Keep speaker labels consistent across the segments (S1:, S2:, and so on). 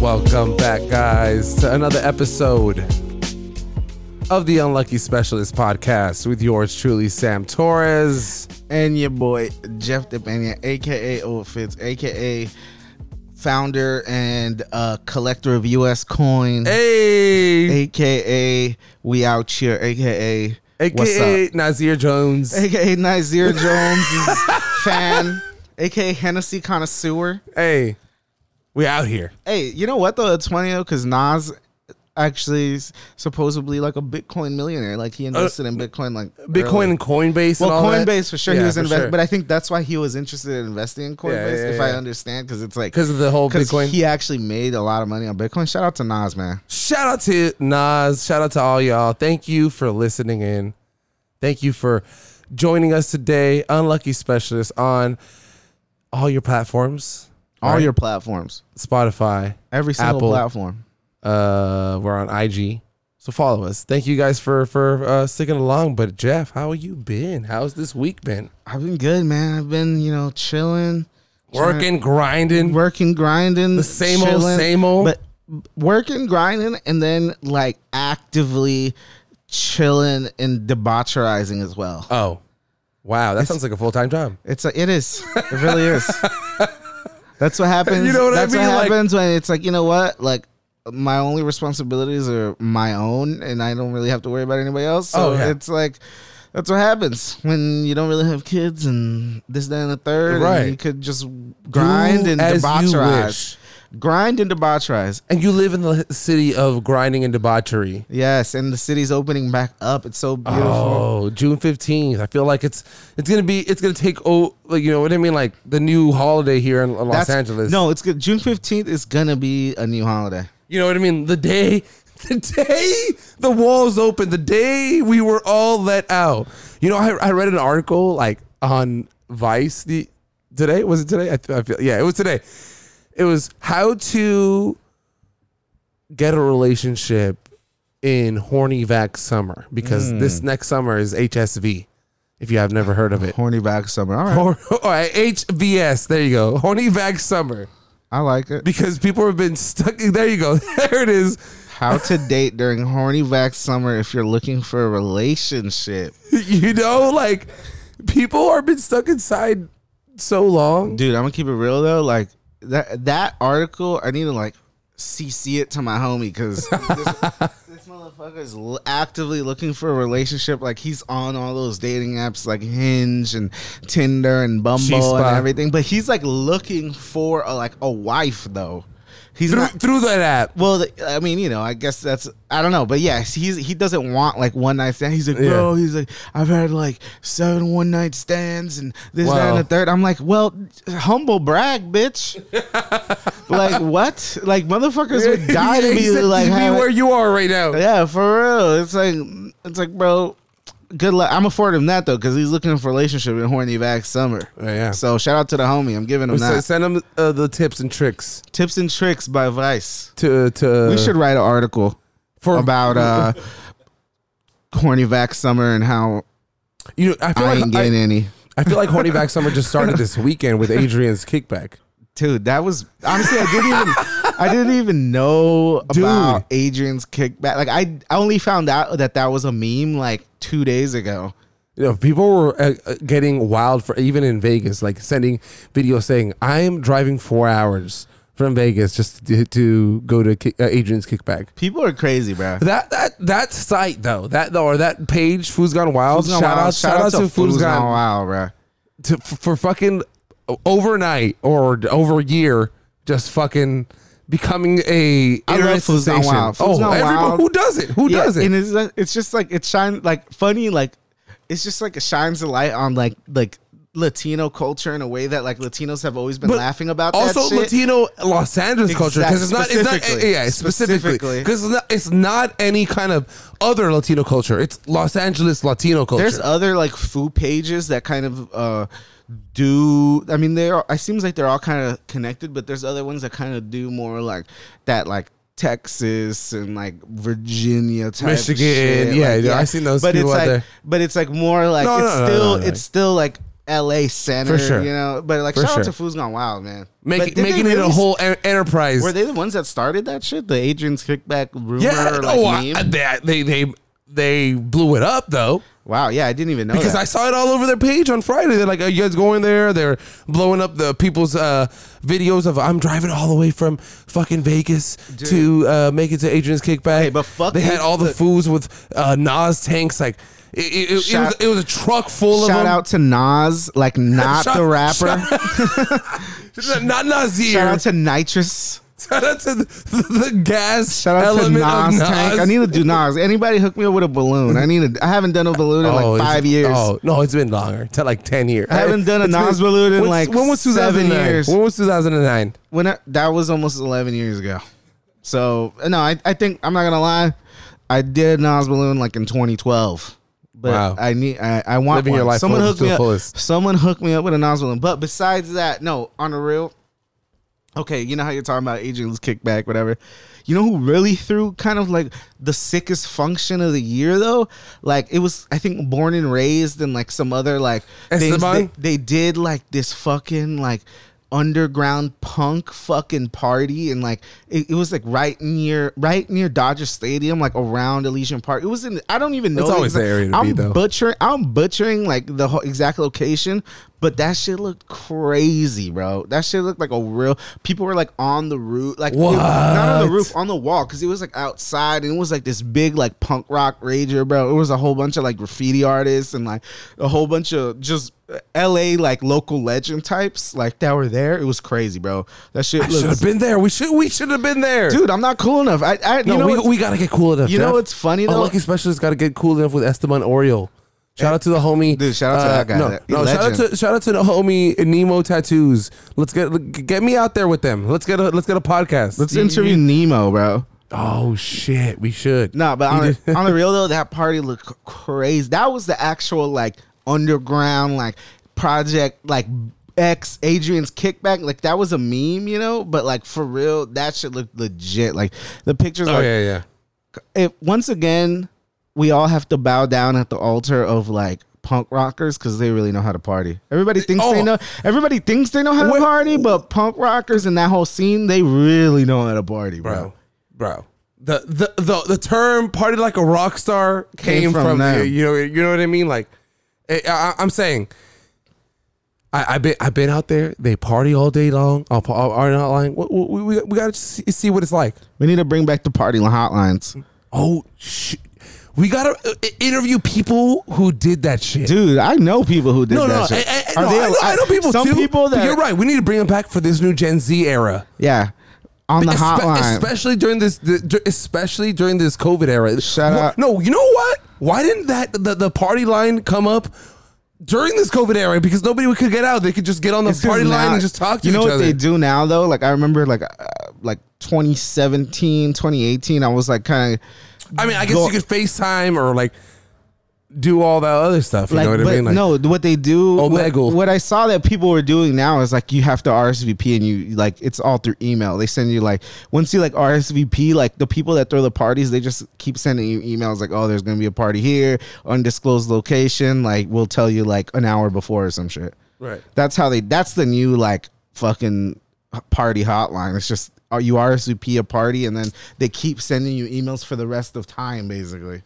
S1: Welcome back, guys, to another episode of the Unlucky Specialist podcast with yours truly, Sam Torres.
S2: and your boy Jeff DeBania, aka Old Fitz, aka founder and uh, collector of U.S. coin,
S1: Hey,
S2: aka We Out Here, aka What's
S1: aka
S2: Up,
S1: Nazir Jones, hey,
S2: aka Nazir Jones fan, aka Hennessy connoisseur.
S1: we out here.
S2: Hey, you know what though? It's funny though because Nas actually is supposedly like a Bitcoin millionaire. Like he invested in Bitcoin, like
S1: Bitcoin
S2: early.
S1: and Coinbase.
S2: Well,
S1: and all
S2: Coinbase for sure he was investing,
S1: investing,
S2: but I think that's why he was interested in investing in Coinbase,
S1: yeah,
S2: if
S1: yeah.
S2: I understand, because it's like
S1: because of the whole
S2: because
S1: Bitcoin.
S2: he actually made a lot of money on Bitcoin. Shout out to Nas, man.
S1: shout out to Nas. Shout out to all y'all. Thank you for listening in. Thank you for joining us today, Unlucky Specialist, on all your platforms.
S2: All
S1: Right.
S2: your platforms,
S1: Spotify.
S2: every single
S1: Apple.
S2: platform.
S1: Uh, we're on IG. So follow us. Thank you guys for for uh, sticking along. But Jeff, how have you been? How's this week been?
S2: I've been good, man. I've been you know chilling,
S1: Working, grinding.
S2: working, grinding, the
S1: Mm-hmm. same old, same old.
S2: But working, grinding, and then like actively chilling and debaucherizing as well.
S1: Oh, wow, that sounds like a full time job.
S2: It's a, it is. It really is. That's what happens.
S1: You know what I
S2: That's
S1: mean?
S2: what
S1: Like-
S2: happens when it's like, you know what? Like my only responsibilities are my own and I don't really have to worry about anybody else. So
S1: Oh, yeah.
S2: it's like that's what happens when you don't really have kids and this, that, and the third.
S1: Right.
S2: And you could just grind
S1: Do
S2: and
S1: as you
S2: debaucherize.
S1: wish.
S2: Grind and debaucherize.
S1: And you live in the city of grinding and debauchery.
S2: Yes. And the city's opening back up. It's so beautiful.
S1: Oh, June fifteenth. I feel like it's it's gonna be it's gonna take oh like you know what I mean like the new holiday here in Los
S2: That's-
S1: Angeles.
S2: No, it's good. June 15th is going to be a new holiday.
S1: You know what I mean? The day, the day the walls opened, the day we were all let out. You know, I, I read an article like on Vice the today was it today? I, th- I feel yeah, it was today. It was how to get a relationship in horny vac summer because this next summer is HSV. If you have never heard of it,
S2: Horny back summer. All right.
S1: Hor- all right, HVS. There you go, horny vac summer
S2: I like it.
S1: because people have been stuck. There you go. There it is.
S2: How to date during horny vac summer if you're looking for a relationship.
S1: you know, like people are been stuck inside so long.
S2: Dude, I'm gonna keep it real though. Like that that article, I need to like CC it to my homie because this, this motherfucker is l- actively looking for a relationship. Like he's on all those dating apps like Hinge and Tinder and Bumble
S1: G-Spot.
S2: and everything, but he's like looking for a, like a wife though. He's
S1: Through,
S2: not
S1: through that app.
S2: Well, th- I mean, you know, I guess that's I don't know, but yes, he's he doesn't want like one night stand. He's like,
S1: Yeah.
S2: bro, he's like, I've had like seven one night stands and this that
S1: Wow.
S2: and the third. I'm like, well, humble brag, bitch. like what? Like motherfuckers would die to
S1: He
S2: be
S1: said,
S2: like,
S1: "Be
S2: have-
S1: where you are right now.
S2: yeah, for real. It's like it's like, bro. Good luck. I'm affording him that though, because he's looking for a relationship in horny vac summer.
S1: Oh, yeah.
S2: So shout out to the homie. I'm giving him
S1: So
S2: that.
S1: send them uh, the tips and tricks
S2: Tips and tricks by Vice.
S1: to to.
S2: We should write an article
S1: for
S2: about uh horny vac summer and how
S1: you. Know, I feel
S2: I ain't
S1: like I,
S2: getting any.
S1: I feel like horny back summer just started this weekend with Adrian's kickback.
S2: Dude, that was honestly I didn't even I didn't even know
S1: Dude.
S2: about Adrian's kickback. Like I, I only found out that that was a meme like two days ago.
S1: You know, people were uh, uh, getting wild for even in Vegas, like sending videos saying, "I am driving four hours from Vegas just to, to go to kick, uh, Adrian's kickback."
S2: People are crazy, bro.
S1: That that that site though that or that page Food's Gone Wild.
S2: Food's Gone
S1: shout,
S2: Wild.
S1: out, shout out to Food's
S2: Food's
S1: Gone
S2: Gone Wild, bro.
S1: to, for fucking overnight or over a year just fucking becoming a
S2: I love Foods Not
S1: sensation.
S2: Wild. Foods
S1: Oh,
S2: Not
S1: everyone
S2: Wild.
S1: who doesn't? Who
S2: Yeah,
S1: doesn't?
S2: And it's like- it's just like it shines like funny like it's just like it shines a light on like like Latino culture in a way that like Latinos have always been
S1: But
S2: laughing about.
S1: also
S2: that shit.
S1: Latino Los Angeles culture because it's not it's not
S2: Exactly.
S1: yeah specifically
S2: Specifically.
S1: because it's, not- it's not any kind of other Latino culture. It's Los Angeles Latino culture.
S2: There's other like food pages that kind of uh do I mean they're it seems like they're all kind of connected, but there's other ones that kind of do more like that like Texas and like Virginia type
S1: Michigan,
S2: shit.
S1: yeah,
S2: like,
S1: yeah, I seen those
S2: But
S1: people
S2: it's
S1: out
S2: like
S1: there.
S2: but it's like more like
S1: No,
S2: it's
S1: no, no,
S2: still
S1: no, no,
S2: it's still like LA center,
S1: For sure.
S2: you know. But like
S1: For
S2: shout out
S1: sure.
S2: to Food's Gone Wild, man. But
S1: Make,
S2: did they
S1: making it a
S2: really
S1: whole en- enterprise.
S2: Were they the ones that started that shit? The Adrian's kickback rumor
S1: yeah,
S2: like
S1: oh, I-
S2: meme?
S1: they, they they they blew it up though.
S2: wow, yeah, I didn't even know
S1: because
S2: that.
S1: I saw it all over their page on Friday. They're like, "Are you guys going there?" They're blowing up the people's uh, videos of I'm driving all the way from fucking Vegas to uh, make it to Adrian's Kickback.
S2: Hey, but fuck
S1: they had
S2: Ad-
S1: all the
S2: look-
S1: foods with uh, Nas tanks. Like it, it, it,
S2: Shout-
S1: was, it was a truck full
S2: Shout
S1: of them.
S2: out to Nas, like not
S1: Shout-
S2: the rapper.
S1: shout- not Nasir.
S2: Shout out to Nitrous.
S1: Shout out to the, the, the gas
S2: Shout out to
S1: element
S2: Nas,
S1: of Nas.
S2: Tank. I need to do Nas. Anybody hook me up with a balloon? I need. A, I haven't done a balloon in
S1: Oh,
S2: like
S1: it's-
S2: five years.
S1: Oh no, it's been longer. To like ten years.
S2: I haven't done a
S1: It's been-
S2: Nas balloon in
S1: when's-
S2: like
S1: when was
S2: seven
S1: 2009?
S2: years.
S1: When was two thousand and nine?
S2: When I, that was almost eleven years ago. So no, I, I think I'm not gonna lie. I did Nas balloon like in 2012. But
S1: Wow.
S2: I need. I, I want
S1: Living
S2: one.
S1: your life
S2: someone
S1: full-
S2: hook
S1: to
S2: me
S1: the
S2: up.
S1: fullest.
S2: Someone hook me up with a Nas balloon. But besides that, no. On the real. Okay, you know how you're talking about Adrian's kickback, whatever. You know who really threw kind of like the sickest function of the year though? Like it was, I think, born and raised and like some other like things. They,
S1: Esteban?
S2: they did like this fucking like underground punk fucking party and like it, it was like right near right near Dodger Stadium, like around Elysian Park. It was in I don't even know.
S1: It's
S2: the
S1: always the area to be,
S2: I'm
S1: though.
S2: butchering I'm butchering like the whole exact location, but that shit looked crazy, bro. That shit looked like a real people were like on the roof, like it- not on the
S1: What?
S2: roof, on the wall, because it was like outside and it was like this big like punk rock rager, bro. It was a whole bunch of like graffiti artists and like a whole bunch of just LA like local legend types like that were there. It was crazy, bro. That shit
S1: Should have
S2: looked
S1: been there. We should we should have been there.
S2: dude, I'm not cool enough. I, I
S1: no,
S2: you know what's-
S1: we, we gotta get cool enough.
S2: you know
S1: Jeff.
S2: what's funny,
S1: Our
S2: though?
S1: lucky specialist gotta get cool enough with Esteban Oriole. Shout out to the homie, uh,
S2: Dude, shout out to that guy.
S1: No,
S2: That-
S1: no shout out
S2: legend.
S1: to shout out to the homie Nemo Tattoos. Let's get get me out there with them. Let's get a let's get a podcast.
S2: let's interview Nemo, bro.
S1: Oh shit, we should.
S2: No, but
S1: You
S2: on,
S1: did-
S2: the- on the real though, that party looked c- crazy. That was the actual like underground like project like ex Adrian's kickback. Like that was a meme, you know. But like for real, that shit looked legit. Like the pictures.
S1: oh
S2: like,
S1: yeah, yeah.
S2: If once again, we all have to bow down at the altar of like punk rockers because they really know how to party. Everybody thinks they
S1: Oh.
S2: know. Everybody thinks they know how to
S1: Where-
S2: party, but punk rockers and that whole scene, they really know how to party, bro.
S1: bro, bro. The, the the the term "party like a rock star" came,
S2: Came from
S1: from,
S2: them.
S1: you know you know what I mean. Like, eh, I, I, I'm saying, I, I've been I've been out there. They party all day long. I'll, I'll, I'll not lying. We, we, we, we gotta see, see what it's like.
S2: We need to bring back the party hotlines.
S1: Oh shit, we gotta uh, interview people who did that shit.
S2: Dude, I know people who did
S1: no, no,
S2: that.
S1: I,
S2: shit.
S1: I,
S2: Are
S1: no,
S2: they
S1: I, know, I
S2: al-
S1: know people
S2: Some
S1: too.
S2: people
S1: but
S2: that
S1: you're right. We need to bring them back for this new Gen Z era.
S2: Yeah, on the
S1: Espe-
S2: hotline.
S1: especially during this, the, dur- especially during this COVID era.
S2: Shout
S1: Wh-
S2: out-
S1: No, you know what? Why didn't that the, the party line come up during this COVID era? Because nobody could get out. They could just get on the
S2: It's 'cause
S1: party line
S2: now-
S1: and just talk to each
S2: You know what
S1: other.
S2: they do now though? Like I remember, like uh, like 2017, 2018. I was like kind of.
S1: I mean, I guess
S2: Go-
S1: you could FaceTime or like do all that other stuff. You
S2: Like,
S1: know what
S2: but
S1: I mean? Like,
S2: no, what they do, what,
S1: Omegle.
S2: what I saw that people were doing now is like you have to RSVP and you like it's all through email. They send you like once you like RSVP, like the people that throw the parties, they just keep sending you emails like, oh, there's gonna be a party here, undisclosed location. Like we'll tell you like an hour before or some shit.
S1: right.
S2: That's how they. That's the new like fucking party hotline. It's just uh, you RSVP a party and then they keep sending you emails for the rest of time, basically.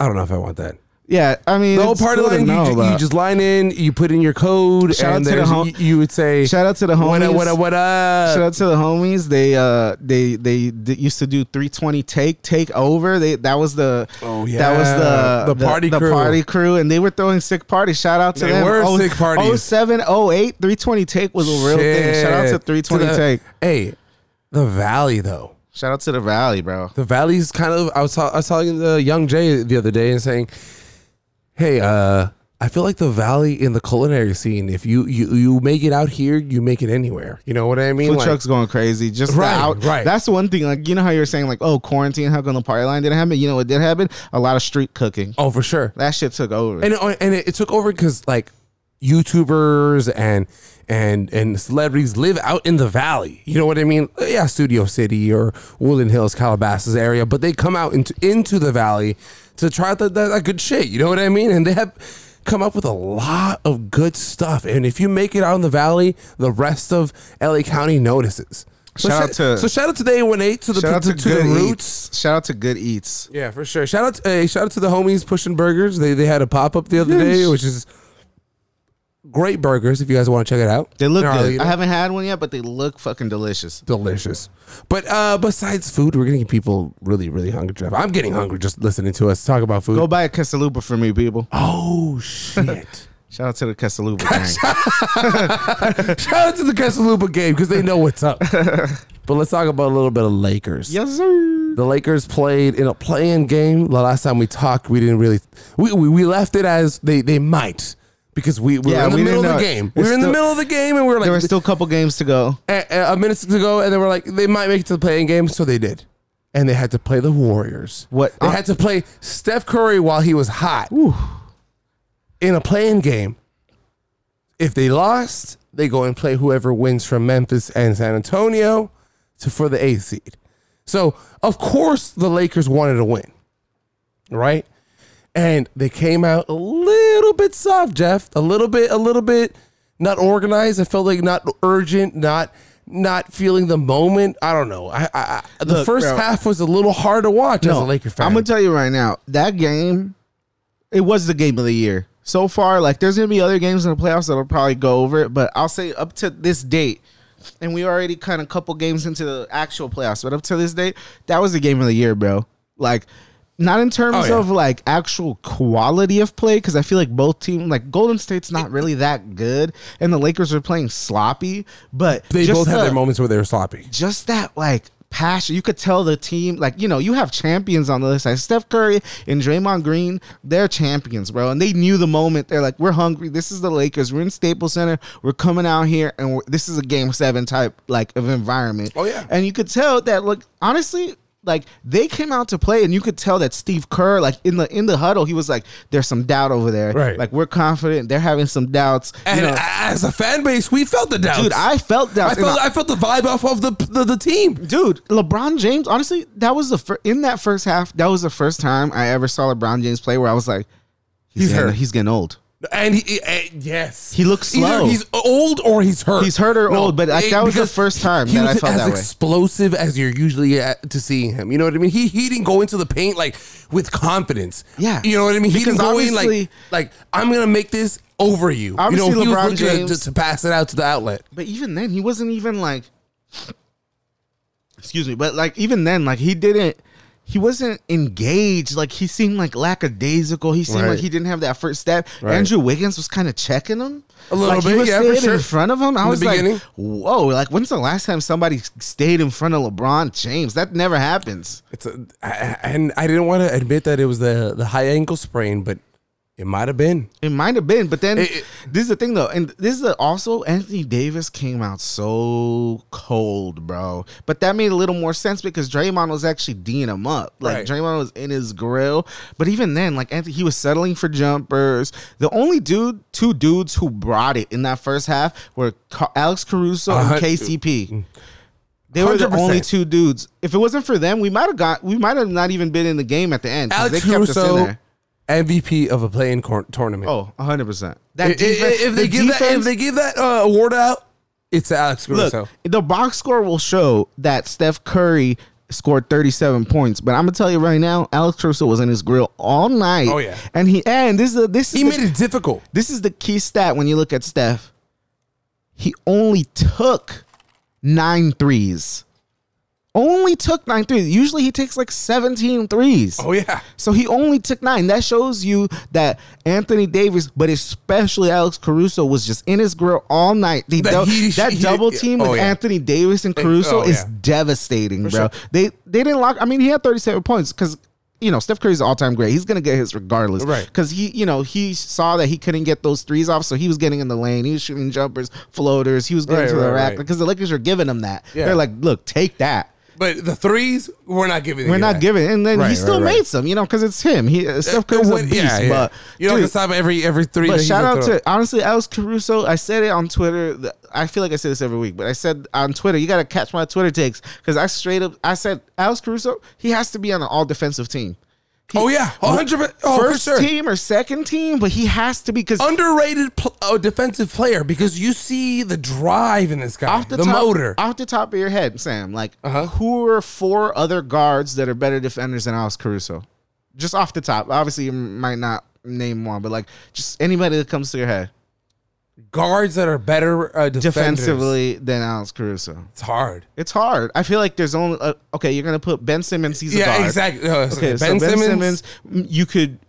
S1: I don't know if I want that.
S2: Yeah, I mean,
S1: The whole
S2: it's
S1: party
S2: cool to
S1: line, you,
S2: know
S1: ju- you
S2: about.
S1: just line in, you put in your code,
S2: Shout out
S1: and
S2: to the
S1: there's-
S2: hom-
S1: you, you would say,
S2: shout out to the homies.
S1: what up, what up, what up?
S2: Shout out to the homies. They uh they they d- used to do 320 take take over. They that was the
S1: Oh,
S2: that was
S1: yeah.
S2: the
S1: The party
S2: the
S1: crew.
S2: party crew and they were throwing sick parties. Shout out to
S1: They
S2: them. Oh,
S1: were sick parties.
S2: 07, 08, 320 take was a real thing. Shout out to
S1: Shit.
S2: 320
S1: the-
S2: take.
S1: Hey, the Valley though.
S2: Shout out to the Valley, bro.
S1: The Valley's kind of. I was ta- I was talking to Young Jay the other day and saying, "Hey, uh, I feel like the Valley in the culinary scene. If you you you make it out here, you make it anywhere. You know what I mean?
S2: Food
S1: Like,
S2: trucks going crazy. Just
S1: Right,
S2: right, out.
S1: right.
S2: That's the one thing. Like you know how you were saying like oh quarantine. How come the party line didn't happen? You know what did happen? A lot of street cooking.
S1: Oh, for sure.
S2: That shit took over.
S1: and it, uh, and it, it took over because like YouTubers and and and celebrities live out in the valley. You know what I mean? Yeah, Studio City or Woodland Hills, Calabasas area, but they come out into into the valley to try that that that good shit. You know what I mean? And they have come up with a lot of good stuff. And if you make it out in the valley, the rest of LA County notices. So
S2: Shout out
S1: sha-
S2: to-
S1: so shout out to the A one eight to the
S2: shout out
S1: to,
S2: to,
S1: to the
S2: Good
S1: roots.
S2: Eats. Shout out to Good Eats.
S1: Yeah, for sure. Shout out, to, hey, shout out to the homies pushing burgers. They they had a pop up the other day, which is great burgers. If you guys want to check it out,
S2: They look
S1: They're
S2: good.
S1: all-
S2: I haven't had one yet, but they look fucking delicious.
S1: delicious. But uh, besides food, we're gonna get people really really hungry. Jeff. I'm getting hungry just listening to us talk about food.
S2: Go buy a Casalupa for me, people.
S1: oh shit!
S2: Shout out to the Casalupa gang.
S1: shout out to the Casalupa game because they know what's up. but let's talk about a little bit of Lakers.
S2: yes, sir.
S1: The Lakers played in a play-in game. The last time we talked, we didn't really we, we, we left it as they they might because we, we
S2: Yeah,
S1: were in the
S2: we
S1: middle of
S2: didn't
S1: the
S2: know.
S1: game.
S2: It's
S1: we were in the
S2: still-
S1: middle of the game and we were like
S2: There were still a couple games to go.
S1: a, a minute to go, and they were like they might make it to the play-in game, so they did, and they had to play the Warriors.
S2: What-
S1: they had to play Steph Curry while he was hot in a play-in game. If they lost, they go and play whoever wins from Memphis and San Antonio to for the eighth seed. So of course the Lakers wanted to win, right? And they came out a little bit soft, Jeff. A little bit, a little bit not organized. I felt like not urgent, not not feeling the moment. I don't know. I, I, I the
S2: Look,
S1: first
S2: bro.
S1: half was a little hard to watch as a Laker fan.
S2: I'm gonna tell you right now, that game, it was the game of the year so far. Like, there's gonna be other games in the playoffs that'll probably go over it, but I'll say up to this date, and we already kind of couple games into the actual playoffs, but up to this date, that was the game of the year, bro. Like. Not in terms
S1: Oh, yeah.
S2: of like actual quality of play, because I feel like both teams, like Golden State's not really that good, and the Lakers are playing sloppy. But
S1: they
S2: just
S1: both had
S2: the-
S1: their moments where they were sloppy.
S2: just that like passion. You could tell the team, like, you know, you have champions on the other side. Steph Curry and Draymond Green, they're champions, bro. And they knew the moment. They're like, we're hungry. This is the Lakers. We're in Staples Center. We're coming out here, and we're, this is a game seven type like of environment.
S1: Oh, yeah.
S2: And you could tell that, like, honestly. Like they came out to play, and you could tell that Steve Kerr, like in the in the huddle, he was like, "There's some doubt over there.
S1: Right.
S2: Like we're confident. They're having some doubts. You
S1: And
S2: know,
S1: as a fan base, we felt the doubts.
S2: dude, I felt
S1: I
S2: doubts. and
S1: felt, I felt the vibe off of the the, the team.
S2: dude, LeBron James. Honestly, that was the fir- in that first half. That was the first time I ever saw LeBron James play where I was like, he's
S1: He's
S2: getting,
S1: hurt.
S2: he's getting old.
S1: And he, and yes,
S2: He looks
S1: Either
S2: slow.
S1: he's old or he's hurt.
S2: He's hurt or old, but, like,
S1: it-
S2: that was the
S1: because
S2: first time
S1: he
S2: that
S1: was
S2: I felt
S1: as
S2: that way.
S1: explosive as you're usually at, to seeing him. You know what I mean? He he didn't go into the paint like with confidence.
S2: Yeah.
S1: you know what I mean. He
S2: Because
S1: didn't go in like
S2: obviously-
S1: like I'm gonna make this over you. You know,
S2: Obviously
S1: he
S2: LeBron
S1: was looking to-
S2: James-
S1: to, to pass it out to the outlet.
S2: But even then, he wasn't even like, excuse me. But like even then, like he didn't. He wasn't engaged. Like he seemed like lackadaisical. He seemed
S1: Right.
S2: like he didn't have that first step. Andrew Wiggins was kind of checking him
S1: A little
S2: like, He
S1: bit,
S2: was
S1: yeah, for
S2: standing
S1: sure.
S2: in front of him. I
S1: In the
S2: was like,
S1: beginning.
S2: whoa! Like when's the last time somebody stayed in front of LeBron James? That never happens.
S1: It's a, I, I- and I didn't want to admit that it was the the high ankle sprain, but it might have been.
S2: It might have been, but then
S1: It- it-
S2: this is the thing though, and this is the, also Anthony Davis came out so cold, bro. But that made a little more sense because Draymond was actually d'ing him up, like
S1: Right.
S2: Draymond was in his grill. But even then, like Anthony, he was settling for jumpers. The only dude, two dudes who brought it in that first half were Ca- Alex Caruso
S1: Uh, hun-
S2: and KCP. They were the
S1: 100%.
S2: only two dudes. If it wasn't for them, we might have got, we might have not even been in the game at the end. 'cause
S1: Alex
S2: they kept us in
S1: Caruso,
S2: there.
S1: MVP of a playing cor- tournament.
S2: Oh, 100%. That
S1: I- I-
S2: defense-
S1: if they
S2: the
S1: give that, if
S2: defense-
S1: they give that uh, award out, it's to Alex Caruso.
S2: Look, the box score will show that Steph Curry scored 37 points. But I'm gonna tell you right now, Alex Caruso was in his grill all night.
S1: Oh, yeah.
S2: and he and this is the, this is
S1: He
S2: the-
S1: made it difficult.
S2: this is the key stat when you look at Steph. He only took nine threes. Only took nine threes. Usually he takes like 17 threes.
S1: Oh yeah.
S2: So he only took nine. That shows you that Anthony Davis, but especially Alex Caruso, was just in his grill all night. The
S1: That
S2: dou-
S1: he-
S2: that
S1: he-
S2: double
S1: yeah.
S2: team
S1: Oh,
S2: with
S1: yeah.
S2: Anthony Davis and Caruso
S1: oh,
S2: is
S1: yeah.
S2: devastating, bro.
S1: sure.
S2: They they didn't lock. I mean, he had 37 points because you know Steph Curry's all time great. He's gonna get his regardless,
S1: Right.
S2: Because he you know he saw that he couldn't get those threes off, so he was getting in the lane. He was shooting jumpers, floaters. He was getting
S1: Right,
S2: to the
S1: right,
S2: rack
S1: right.
S2: because the Lakers are giving him that.
S1: Yeah.
S2: They're like, look, take that.
S1: But the threes, we're not giving.
S2: We're
S1: you
S2: not
S1: that.
S2: giving, and then
S1: Right,
S2: he
S1: right,
S2: still
S1: right.
S2: made some, you know, because it's him. He uh, Steph Curry's a
S1: What-
S2: beast, but
S1: you don't have
S2: dude,
S1: to stop every every three. that
S2: but
S1: he's
S2: shout
S1: gonna
S2: out
S1: throw.
S2: to honestly Alex Caruso. I said it on Twitter. th- I feel like I say this every week, but I said on Twitter, you gotta catch my Twitter takes because I straight up I said Alex Caruso. He has to be on an all defensive team. He-
S1: Oh yeah, A hundred. per- Oh,
S2: first
S1: for sure.
S2: team or second team, but he has to be because
S1: underrated pl- uh, defensive player because you see the drive in this guy,
S2: off the,
S1: the,
S2: top,
S1: motor. Uh-huh.
S2: off the top of your head, Sam. Like, who are four other guards that are better defenders than Alex Caruso? Just off the top. Obviously, you might not name one, but like, just anybody that comes to your head
S1: Guards that are better uh, defenders.
S2: defensively than Alex Caruso.
S1: it's hard.
S2: It's hard. I feel like there's only uh, okay. You're gonna put Ben Simmons. He's a
S1: Yeah,
S2: guard.
S1: exactly. Uh,
S2: Okay,
S1: ben,
S2: so ben
S1: Simmons,
S2: Simmons. m You could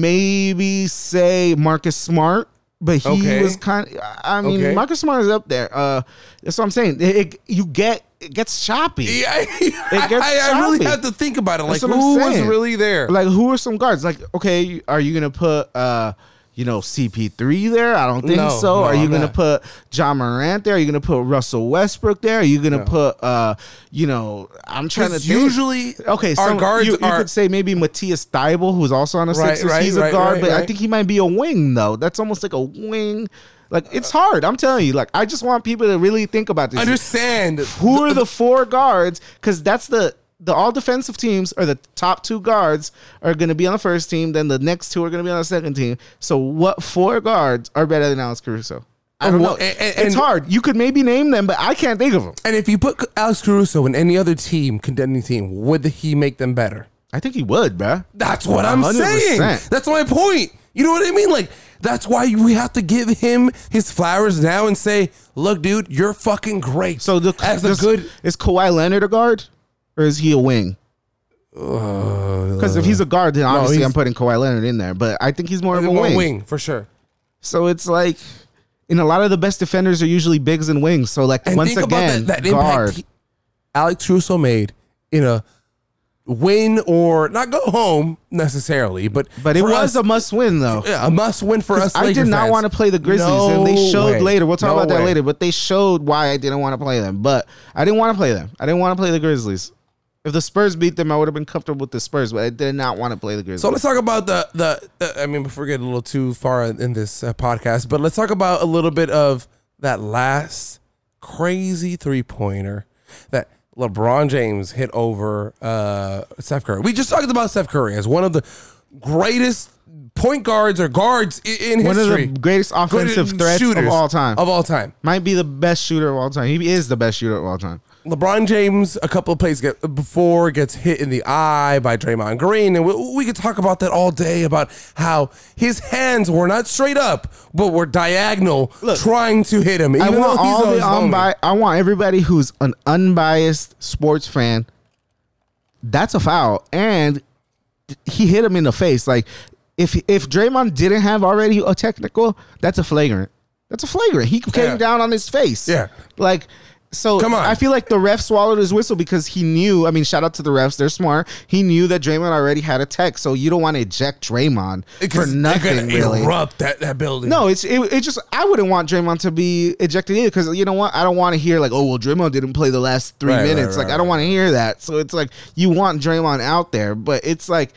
S2: maybe say Marcus Smart, but he
S1: Okay.
S2: was kind. Of, I mean,
S1: Okay.
S2: Marcus Smart is up there. Uh, that's what I'm saying. It, it- you get it gets choppy.
S1: Yeah, I,
S2: gets
S1: I, I really
S2: choppy.
S1: have to think about it. Like
S2: That's what I'm
S1: who was
S2: saying.
S1: really there?
S2: Like, who are some guards? Like, okay, are you gonna put uh, you know, CP3 there? I don't think
S1: No,
S2: so.
S1: no,
S2: are you
S1: I'm
S2: gonna
S1: not.
S2: put John Morant there? Are you gonna put Russell Westbrook there? Are you gonna put uh, you know, I'm trying to
S1: 'Cause
S2: think.
S1: usually
S2: Okay,
S1: our
S2: so
S1: guards
S2: you, you
S1: are
S2: could say maybe Matthias Thybul, who's also on the
S1: Right,
S2: Sixers.
S1: right,
S2: He's a
S1: right,
S2: guard,
S1: right,
S2: but I
S1: right.
S2: think he might be a wing though. That's almost like a wing. Like it's
S1: Uh,
S2: hard. I'm telling you. Like I just want people to really think about this.
S1: understand
S2: Who are the four guards? Because that's the the all defensive teams are the top two guards are going to be on the first team. Then the next two are going to be on the second team. So what four guards are better than Alex Caruso? I don't
S1: Well,
S2: know.
S1: and- and-
S2: it's
S1: and-
S2: hard. You could maybe name them, but I can't think of them.
S1: And if you put Alex Caruso in any other team, contending team, would he make them better?
S2: I think he would, bruh.
S1: That's what I'm
S2: 100%.
S1: saying. That's my point. You know what I mean? Like, that's why we have to give him his flowers now and say, look, dude, you're fucking great.
S2: So the
S1: as a
S2: does-
S1: good.
S2: is Kawhi Leonard a guard or is he a wing? Because if he's a guard, then obviously
S1: Uh, he's-
S2: I'm putting Kawhi Leonard in there. But I think he's more of a
S1: Well,
S2: wing.
S1: wing for sure.
S2: So it's like, and a lot of the best defenders are usually bigs and wings. So like
S1: And
S2: once
S1: think
S2: again,
S1: about that, that
S2: guard.
S1: impact he- Alex Russo made in a win or not go home necessarily, but
S2: but it
S1: for us-
S2: was a must win though.
S1: yeah, a must win for us.
S2: I
S1: Laker
S2: did not
S1: fans.
S2: want to play the Grizzlies, and they
S1: No
S2: showed
S1: way.
S2: later. We'll talk
S1: No
S2: about that
S1: way.
S2: later. But they showed why I didn't want to play them. But I didn't want to play them. I didn't want to play the Grizzlies. If the Spurs beat them, I would have been comfortable with the Spurs. But I did not want to play the Grizzlies.
S1: So let's talk about the the. the I mean, before we get a little too far in this uh, podcast, but let's talk about a little bit of that last crazy three pointer that LeBron James hit over uh, Steph Curry. We just talked about Steph Curry as one of the greatest point guards or guards i- in
S2: One
S1: history.
S2: of the greatest
S1: Greatest
S2: offensive threats
S1: shooters
S2: of all time.
S1: Of all time.
S2: Might be the best shooter of all time. He is the best shooter of all time.
S1: LeBron James, a couple of plays get, before, gets hit in the eye by Draymond Green, and we, we could talk about that all day about how his hands were not straight up, but were diagonal, trying to hit him. Even
S2: I want
S1: though he's
S2: all
S1: on
S2: the
S1: his own.
S2: unbi- I want everybody who's an unbiased sports fan. That's a foul, and he hit him in the face. Like if if Draymond didn't have already a technical, that's a flagrant. That's a flagrant. He came
S1: Yeah.
S2: down on his face.
S1: Yeah.
S2: Like so
S1: Come on.
S2: I feel like the ref swallowed his whistle because he knew, I mean, shout out to the refs, they're smart. He knew that Draymond already had a tech, so you don't want to eject Draymond for
S1: Because they're
S2: nothing
S1: gonna
S2: really.
S1: erupt that, that building.
S2: No, it's it, it just I wouldn't want Draymond to be ejected either because you know what I don't want to hear like oh well Draymond didn't play the last three
S1: Right, right,
S2: minutes like
S1: right,
S2: I don't want to hear that so it's like you want Draymond out there but it's like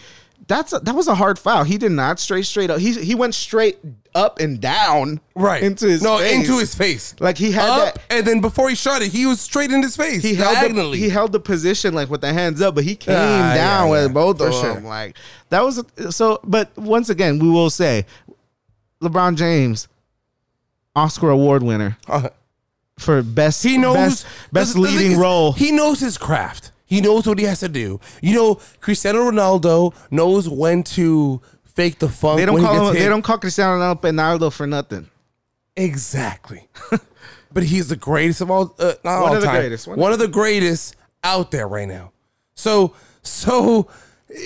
S2: that's a, that was a hard foul he did not straight straight up he he went straight up and down
S1: right
S2: into his
S1: no
S2: face.
S1: into his face.
S2: like he had
S1: up,
S2: that
S1: and then before he shot it, he was straight in his face.
S2: he held the,
S1: diagonally.
S2: he held the position like with the hands up, but he came
S1: Ah,
S2: down
S1: yeah,
S2: with
S1: yeah.
S2: both of
S1: For sure.
S2: them. Like that was so. But once again, we will say, LeBron James, Oscar Award winner
S1: Uh,
S2: for best
S1: he knows
S2: best, best
S1: the- the thing
S2: leading
S1: is,
S2: role.
S1: He knows his craft. He knows what he has to do. You know, Cristiano Ronaldo knows when to fake the funk.
S2: They don't
S1: when he
S2: call
S1: gets
S2: him, they
S1: hit.
S2: don't call Cristiano Ronaldo for nothing.
S1: Exactly. but he's the greatest of all, uh, not
S2: One
S1: all
S2: of the
S1: time.
S2: greatest,
S1: One,
S2: one
S1: of the greatest out there right now. So, so uh,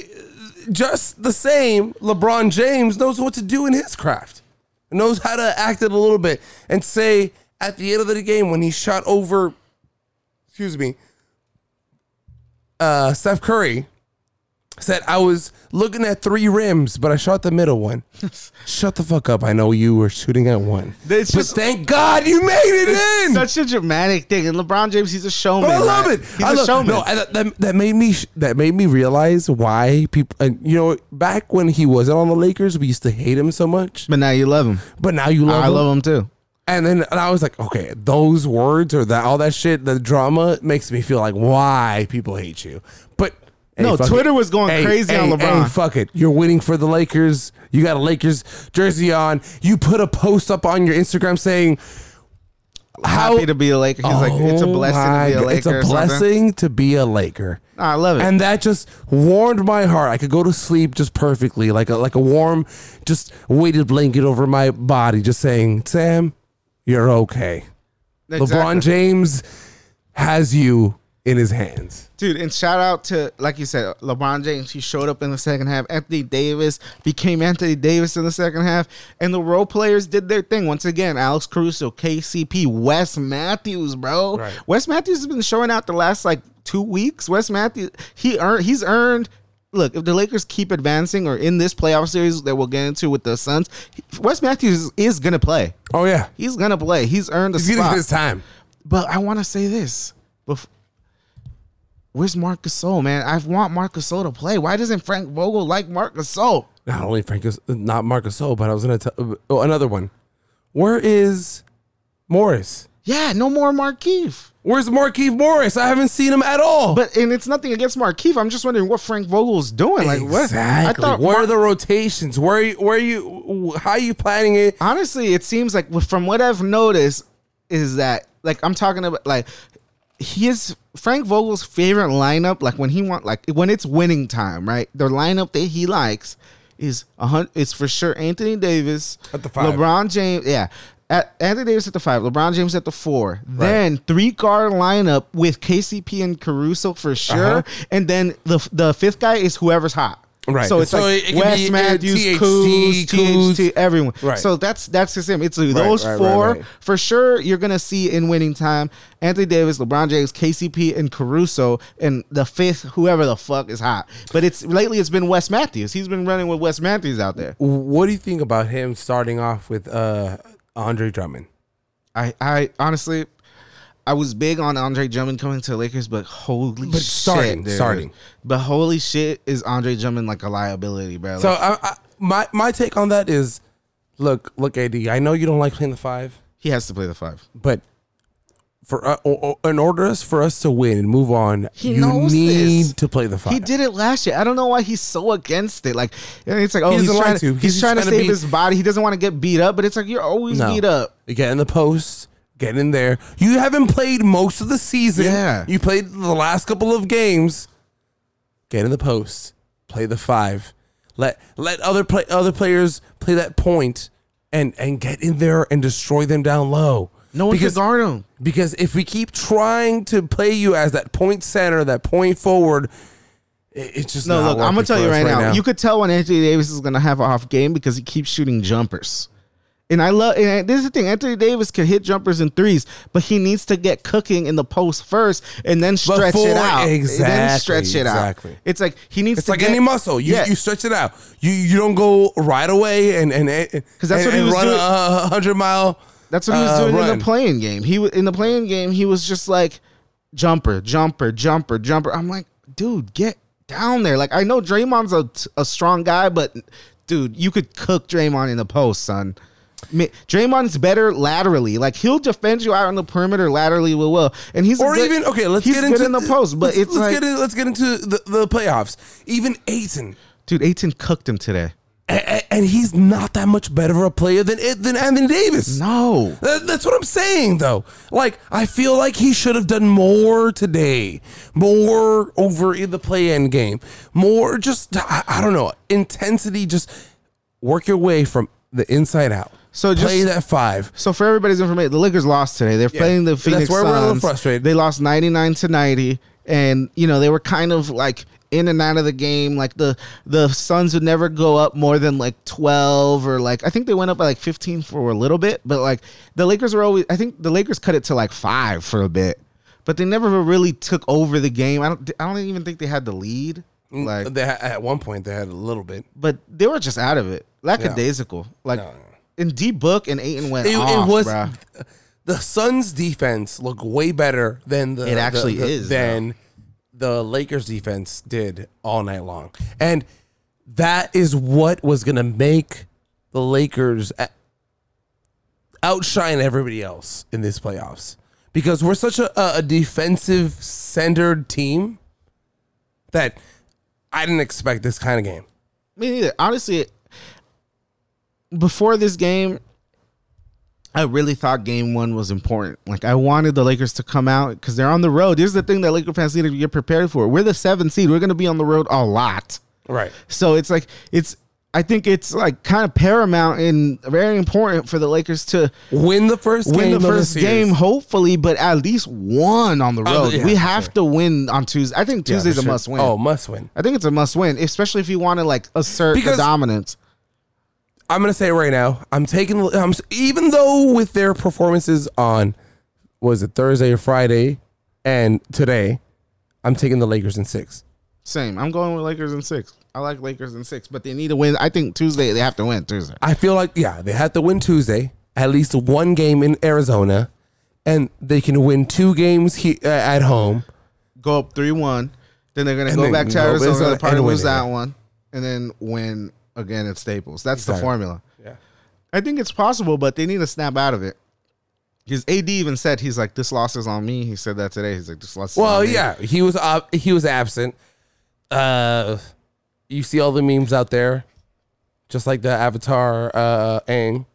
S1: just the same, LeBron James knows what to do in his craft, knows how to act it a little bit and say at the end of the game when he shot over, excuse me, uh, Steph Curry said, I was looking at three rims, but I shot the middle one. Shut the fuck up. I know you were shooting at one.
S2: It's
S1: but
S2: just-
S1: thank God you made it in.
S2: Such a dramatic thing. And LeBron James, he's a showman.
S1: Hmm. But I love
S2: right?
S1: it.
S2: He's
S1: I
S2: a
S1: love,
S2: showman.
S1: No, I- that, that- that made me sh- that made me realize why people. And you know, back when he wasn't on the Lakers, we used to hate him so much.
S2: but now you love him.
S1: But now you love
S2: I
S1: him.
S2: love him too.
S1: And then and I was like, okay, those words or that all that shit, the drama makes me feel like why people hate you. But hey,
S2: No,
S1: fuck
S2: Twitter was going
S1: Hey,
S2: crazy on
S1: hey,
S2: LeBron.
S1: hey, fuck it, you're winning for the Lakers. You got a Lakers jersey on. You put a post up on your Instagram saying how
S2: Happy to be a Laker. He's like, it's a
S1: Oh
S2: blessing
S1: my
S2: to be a
S1: God,
S2: Laker.
S1: It's a
S2: or something.
S1: blessing to be a Laker.
S2: No, I love it.
S1: And that just warmed my heart. I could go to sleep just perfectly, like a like a warm, just weighted blanket over my body, just saying, Sam, you're okay. LeBron James has you in his hands.
S2: Dude, and shout out to like you said, LeBron James. He showed up in the second half. Anthony Davis became Anthony Davis in the second half, and the role players did their thing once again. Alex Caruso, KCP, Wes Matthews, bro.
S1: Right.
S2: Wes Matthews has been showing out the last like two weeks. Wes Matthews, he earned. He's earned. Look, if the Lakers keep advancing or in this playoff series that we'll get into with the Suns, Wes Matthews is gonna play.
S1: Oh yeah,
S2: He's gonna play. He's earned a
S1: he's getting
S2: spot.
S1: his time.
S2: But I want to say this. Bef- Where's Marc Gasol, man? I want Marc Gasol to play. Why doesn't Frank Vogel like Marc Gasol?
S1: Not only Frank, not Marcus Sol, but I was gonna tell oh, another one. Where is Morris?
S2: Yeah, no more Markeith.
S1: Where's Markeith Morris? I haven't seen him at all.
S2: But and it's nothing against Markeith. I'm just wondering what Frank Vogel's doing. Like what?
S1: Exactly.
S2: I thought
S1: where
S2: Mar-
S1: are the rotations? Where are you, where are you? How are you planning it?
S2: honestly, it seems like from what I've noticed is that like I'm talking about like his Frank Vogel's favorite lineup, like when he want like when it's winning time, right? The lineup that he likes is a hundred is for sure Anthony Davis
S1: At the five.
S2: LeBron James, yeah. At Anthony Davis at the five, LeBron James at the four. Then three guard lineup with KCP and Caruso
S1: Uh-huh.
S2: for sure, and then the the fifth guy is whoever's hot.
S1: Right.
S2: So it's
S1: So
S2: like
S1: it- it can
S2: Wes
S1: be, uh,
S2: Matthews,
S1: THT,
S2: Kuz,
S1: Kuz.
S2: THT, everyone.
S1: Right.
S2: So that's that's the same. It's those
S1: right, right,
S2: four
S1: right.
S2: for sure. You're gonna see in winning time Anthony Davis, LeBron James, KCP, and Caruso, and the fifth, whoever the fuck is hot. But it's lately it's been Wes Matthews. He's been running with Wes Matthews out there.
S1: What do you think about him starting off with uh, Andre Drummond?
S2: I I honestly. I was big on Andre Drummond coming to the Lakers, but holy
S1: But
S2: shit,
S1: starting,
S2: dude.
S1: starting.
S2: But holy shit, is Andre Drummond like a liability, bro?
S1: So
S2: Like,
S1: I, I, my my take on that is, look, look, AD. I know you don't like playing the five,
S2: he has to play the five.
S1: but for uh, o- o- in order us- for us to win and move on,
S2: He
S1: you
S2: knows
S1: need
S2: this.
S1: to play the five.
S2: He did it last year. I don't know why he's so against it. Like and it's like oh
S1: He
S2: he's
S1: doesn't like
S2: trying
S1: to.
S2: to,
S1: He's
S2: he's
S1: just
S2: trying to
S1: trying to
S2: save
S1: be-
S2: his body. He doesn't want to get beat up, but it's like you're always
S1: No.
S2: beat up.
S1: You get in the post. Get in there. You haven't played most of the season.
S2: Yeah.
S1: You played the last couple of games. Get in the post. Play the five. Let let other play other players play that point and and get in there and destroy them down low.
S2: No one
S1: because
S2: can guard him.
S1: because if we keep trying to play you as that point center, that point forward, it, it's just
S2: No,
S1: not
S2: look, I'm gonna
S1: working
S2: tell
S1: for
S2: you
S1: us
S2: right, now, You could tell when Anthony Davis is gonna have an off game because he keeps shooting jumpers. And I love and this is the thing, Anthony Davis can hit jumpers and threes, but he needs to get cooking in the post first and then stretch
S1: Before-
S2: it out.
S1: exactly,
S2: Then stretch it
S1: exactly.
S2: out. It's like he needs
S1: It's
S2: to
S1: like
S2: get,
S1: any muscle. You
S2: Yeah.
S1: you stretch it out. You you don't go right away and and because
S2: that's what he was
S1: run
S2: doing.
S1: A hundred mile.
S2: That's what he was
S1: uh,
S2: doing in
S1: run.
S2: the playing game. He was in the playing game. He was just like jumper, jumper, jumper, jumper. I'm like, dude, get down there. Like I know Draymond's a, a strong guy, but dude, you could cook Draymond in the post, son. Ma- Draymond's better laterally. Like he'll defend you out on the perimeter laterally. Will will, and he's a
S1: Or
S2: good-
S1: even okay, let's
S2: he's
S1: get
S2: good
S1: into
S2: in the post. But
S1: let's,
S2: it's
S1: let's
S2: like,
S1: get in, let's get into the, the playoffs. Even Aiton,
S2: dude, Aiton cooked him today.
S1: and, and he's not that much better of a player than than Anthony Davis.
S2: No.
S1: That- That's what I'm saying, though. Like, I feel like he should have done more today, more over in the play-in game, more just I, I don't know intensity. Just work your way from the inside out.
S2: So just-
S1: play that five.
S2: So for everybody's information, the Lakers lost today. They're playing the
S1: That's
S2: Phoenix
S1: where we're a
S2: Suns.
S1: little frustrated.
S2: They lost 99 to 90 and you know, they were kind of like in and out of the game. Like the the Suns would never go up more than like 12 or like I think they went up by like 15 for a little bit, but like the Lakers were always I think the Lakers cut it to like 5 for a bit. But they never really took over the game. I don't I don't even think they had the lead. Like
S1: they ha- at one point they had a little bit.
S2: but they were just out of it. Lackadaisical. Like and D Book and Aiton went
S1: It, it
S2: off,
S1: was
S2: bruh.
S1: the Suns' defense looked way better than the
S2: It actually
S1: the- the-
S2: is,
S1: than the Lakers' defense did all night long, and that is what was gonna make the Lakers a- outshine everybody else in this playoffs because we're such a, a- a defensive centered team that I didn't expect this kind of game.
S2: Me neither. Honestly, before this game, I really thought game one was important. Like, I wanted the Lakers to come out because they're on the road. Here's the thing that Laker fans need to get prepared for. We're the seventh seed. We're going to be on the road a lot.
S1: Right.
S2: So it's like, it's, I think it's like kind of paramount and very important for the Lakers to
S1: Win the first
S2: win
S1: game
S2: the
S1: of
S2: first
S1: series.
S2: game, hopefully, but at least one on the road.
S1: Oh, yeah,
S2: we
S1: for
S2: have to win on Tuesday. I think
S1: Yeah,
S2: Tuesday's
S1: for
S2: a
S1: sure.
S2: must win.
S1: Oh, must win.
S2: I think it's a must win, especially if you want to like assert the
S1: Because-
S2: dominance.
S1: I'm gonna say it right now. I'm taking. I'm even though with their performances on, was it Thursday or Friday, and today, I'm taking the Lakers in six.
S2: Same. I'm going with Lakers in six. I like Lakers in six, but they need to win. I think Tuesday they have to win Tuesday.
S1: I feel like yeah, they had to win Tuesday, at least one game in Arizona, and they can win two games he, uh, at home.
S2: Go up three one, then they're gonna
S1: And
S2: go
S1: then
S2: back to
S1: go
S2: Arizona.
S1: Arizona
S2: They probably
S1: and win
S2: lose
S1: it,
S2: that
S1: yeah.
S2: one, and then win again at Staples. That's the
S1: Exactly.
S2: formula.
S1: Yeah.
S2: I think it's possible, but they need to snap out of it. Because AD even said he's like, "This loss is on me." He said that today. He's like, "This loss." Is
S1: Well,
S2: on me."
S1: yeah, he was uh, he was absent. Uh, you see all the memes out there, just like the Avatar uh, Aang.